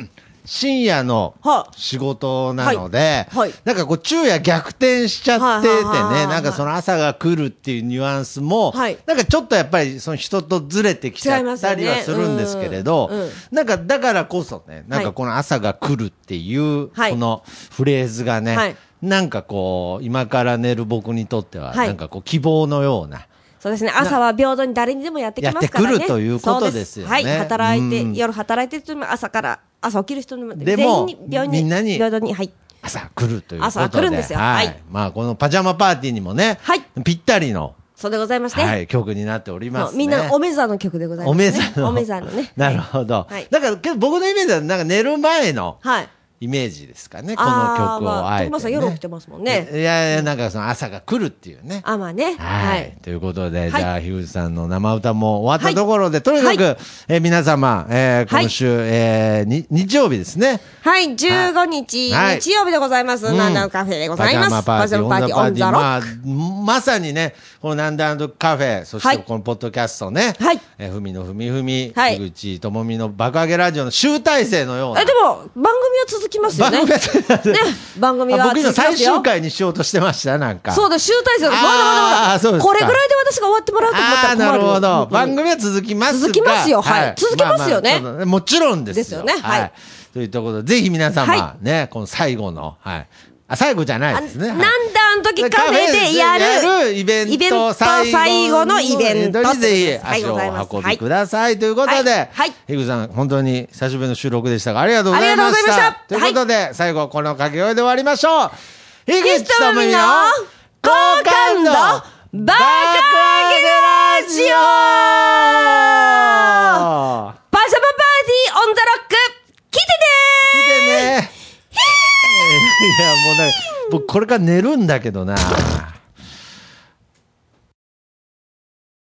[SPEAKER 4] 深夜の
[SPEAKER 3] はあ
[SPEAKER 4] 仕事なので、
[SPEAKER 3] はいはい
[SPEAKER 4] なんかこう昼夜逆転しちゃってて
[SPEAKER 3] はいはいはいはいは
[SPEAKER 4] ね、
[SPEAKER 3] い
[SPEAKER 4] なんかその朝が来るっていうニュアンスも、
[SPEAKER 3] はい
[SPEAKER 4] なんかちょっとやっぱりその人とずれてきちゃ
[SPEAKER 3] 違いま
[SPEAKER 4] っ
[SPEAKER 3] すよ
[SPEAKER 4] たりは
[SPEAKER 3] ね
[SPEAKER 4] するんですけれど、
[SPEAKER 3] うんうん
[SPEAKER 4] なんかだからこそね、なん
[SPEAKER 3] は
[SPEAKER 4] か
[SPEAKER 3] い
[SPEAKER 4] この朝が来るっていう、
[SPEAKER 3] はい
[SPEAKER 4] このフレーズがね、
[SPEAKER 3] はい
[SPEAKER 4] なんかこう、今から寝る僕にとっては、
[SPEAKER 3] はい
[SPEAKER 4] なんかこう希望のような、
[SPEAKER 3] そうですね朝は平等に誰にでもやってきますからね
[SPEAKER 4] やってくるということですよね
[SPEAKER 3] そうはい働いて、
[SPEAKER 4] うん
[SPEAKER 3] 夜働いてる人にも朝から朝起きる人にも
[SPEAKER 4] で
[SPEAKER 3] 全員
[SPEAKER 4] も
[SPEAKER 3] に平等
[SPEAKER 4] みんなに
[SPEAKER 3] 平等にはい
[SPEAKER 4] 朝来るということで。
[SPEAKER 3] 朝来るんですよ
[SPEAKER 4] はい。
[SPEAKER 3] はい
[SPEAKER 4] まあ、このパジャマパーティーにもね、
[SPEAKER 3] はい
[SPEAKER 4] ぴったりの、
[SPEAKER 3] そうでございますね、
[SPEAKER 4] はい、曲になっております、
[SPEAKER 3] そう
[SPEAKER 4] ね。
[SPEAKER 3] みんなのおめざの曲でございます、ね、
[SPEAKER 4] おめざの。
[SPEAKER 3] おめざのね
[SPEAKER 4] [laughs] なるほど。
[SPEAKER 3] はい
[SPEAKER 4] だから、けど僕のイメージは、なんか寝る前の
[SPEAKER 3] はい
[SPEAKER 4] イメージですかね、この
[SPEAKER 3] あー
[SPEAKER 4] 曲を
[SPEAKER 3] まあ
[SPEAKER 4] あえて、ね。
[SPEAKER 3] 徳間さん夜起きてますもんね
[SPEAKER 4] いやいや、なんかその朝が来るっていうね。
[SPEAKER 3] あまあね
[SPEAKER 4] は、
[SPEAKER 3] はいい
[SPEAKER 4] ということで、
[SPEAKER 3] い
[SPEAKER 4] じゃあ、樋口さんの生歌も終わったところで、とにかく、
[SPEAKER 3] は
[SPEAKER 4] えー皆様、えー
[SPEAKER 3] はい
[SPEAKER 4] 今週、えーに日曜日ですね。
[SPEAKER 3] はい、15日、
[SPEAKER 4] はい
[SPEAKER 3] 日曜日でございます。
[SPEAKER 4] うん
[SPEAKER 3] ナンナンカフェでございます。
[SPEAKER 4] パジャマパーティー、
[SPEAKER 3] パジャマパーティーオンザロック。
[SPEAKER 4] まあ、まさにね、このナンダンドカフェ、そし
[SPEAKER 3] は
[SPEAKER 4] て
[SPEAKER 3] い
[SPEAKER 4] このポッドキャストね、
[SPEAKER 3] はい
[SPEAKER 4] えーふみのふみふみ、
[SPEAKER 3] はい
[SPEAKER 4] 樋口智美の爆上げラジオの集大成のような。
[SPEAKER 3] え、でも、番組は続きますよ
[SPEAKER 4] 番
[SPEAKER 3] ね。
[SPEAKER 4] 組は続きます
[SPEAKER 3] ね、番組は
[SPEAKER 4] あ
[SPEAKER 3] 続
[SPEAKER 4] 僕
[SPEAKER 3] きま
[SPEAKER 4] 今
[SPEAKER 3] すよ。
[SPEAKER 4] 最終回にしようとしてました、なんか。
[SPEAKER 3] そうだ、集大成だ。まだまだま
[SPEAKER 4] あー
[SPEAKER 3] だ。
[SPEAKER 4] そうですか
[SPEAKER 3] これぐらいで私が終わってもらうと思った
[SPEAKER 4] あ
[SPEAKER 3] ら
[SPEAKER 4] あー、
[SPEAKER 3] 困る
[SPEAKER 4] なるほど。
[SPEAKER 3] 本当に
[SPEAKER 4] 番組は続きますが
[SPEAKER 3] 続きますよはい続きますよね
[SPEAKER 4] ああそうだもちろんですよ。
[SPEAKER 3] ですよねはい
[SPEAKER 4] というところで、ぜひ皆様
[SPEAKER 3] は、
[SPEAKER 4] ね、この最後の、はい。あ、最後じゃないですね。
[SPEAKER 3] あ
[SPEAKER 4] はい
[SPEAKER 3] なんだあの時カフェでやる
[SPEAKER 4] イベント
[SPEAKER 3] イベント
[SPEAKER 4] 最
[SPEAKER 3] 最
[SPEAKER 4] 後
[SPEAKER 3] 後
[SPEAKER 4] の
[SPEAKER 3] のイベント
[SPEAKER 4] にぜひ
[SPEAKER 3] はい
[SPEAKER 4] 足を
[SPEAKER 3] ございます
[SPEAKER 4] お運びくださいということ
[SPEAKER 3] は
[SPEAKER 4] で
[SPEAKER 3] いはい、
[SPEAKER 4] ヒグさん、本当に久しぶりの収録でしたが、ありがとうございまし
[SPEAKER 3] あ
[SPEAKER 4] た。と
[SPEAKER 3] り
[SPEAKER 4] いう
[SPEAKER 3] がとうございまし
[SPEAKER 4] こ
[SPEAKER 3] た
[SPEAKER 4] とで、最後、この掛け声で終わりましょう。ヒ
[SPEAKER 3] ゲ
[SPEAKER 4] グ
[SPEAKER 3] ストのみの好感度バカげラジオパジャマパーティーオンザロック来てね
[SPEAKER 4] 見て
[SPEAKER 3] ー
[SPEAKER 4] ね。いや、もうなんか、僕これから寝るんだけどな。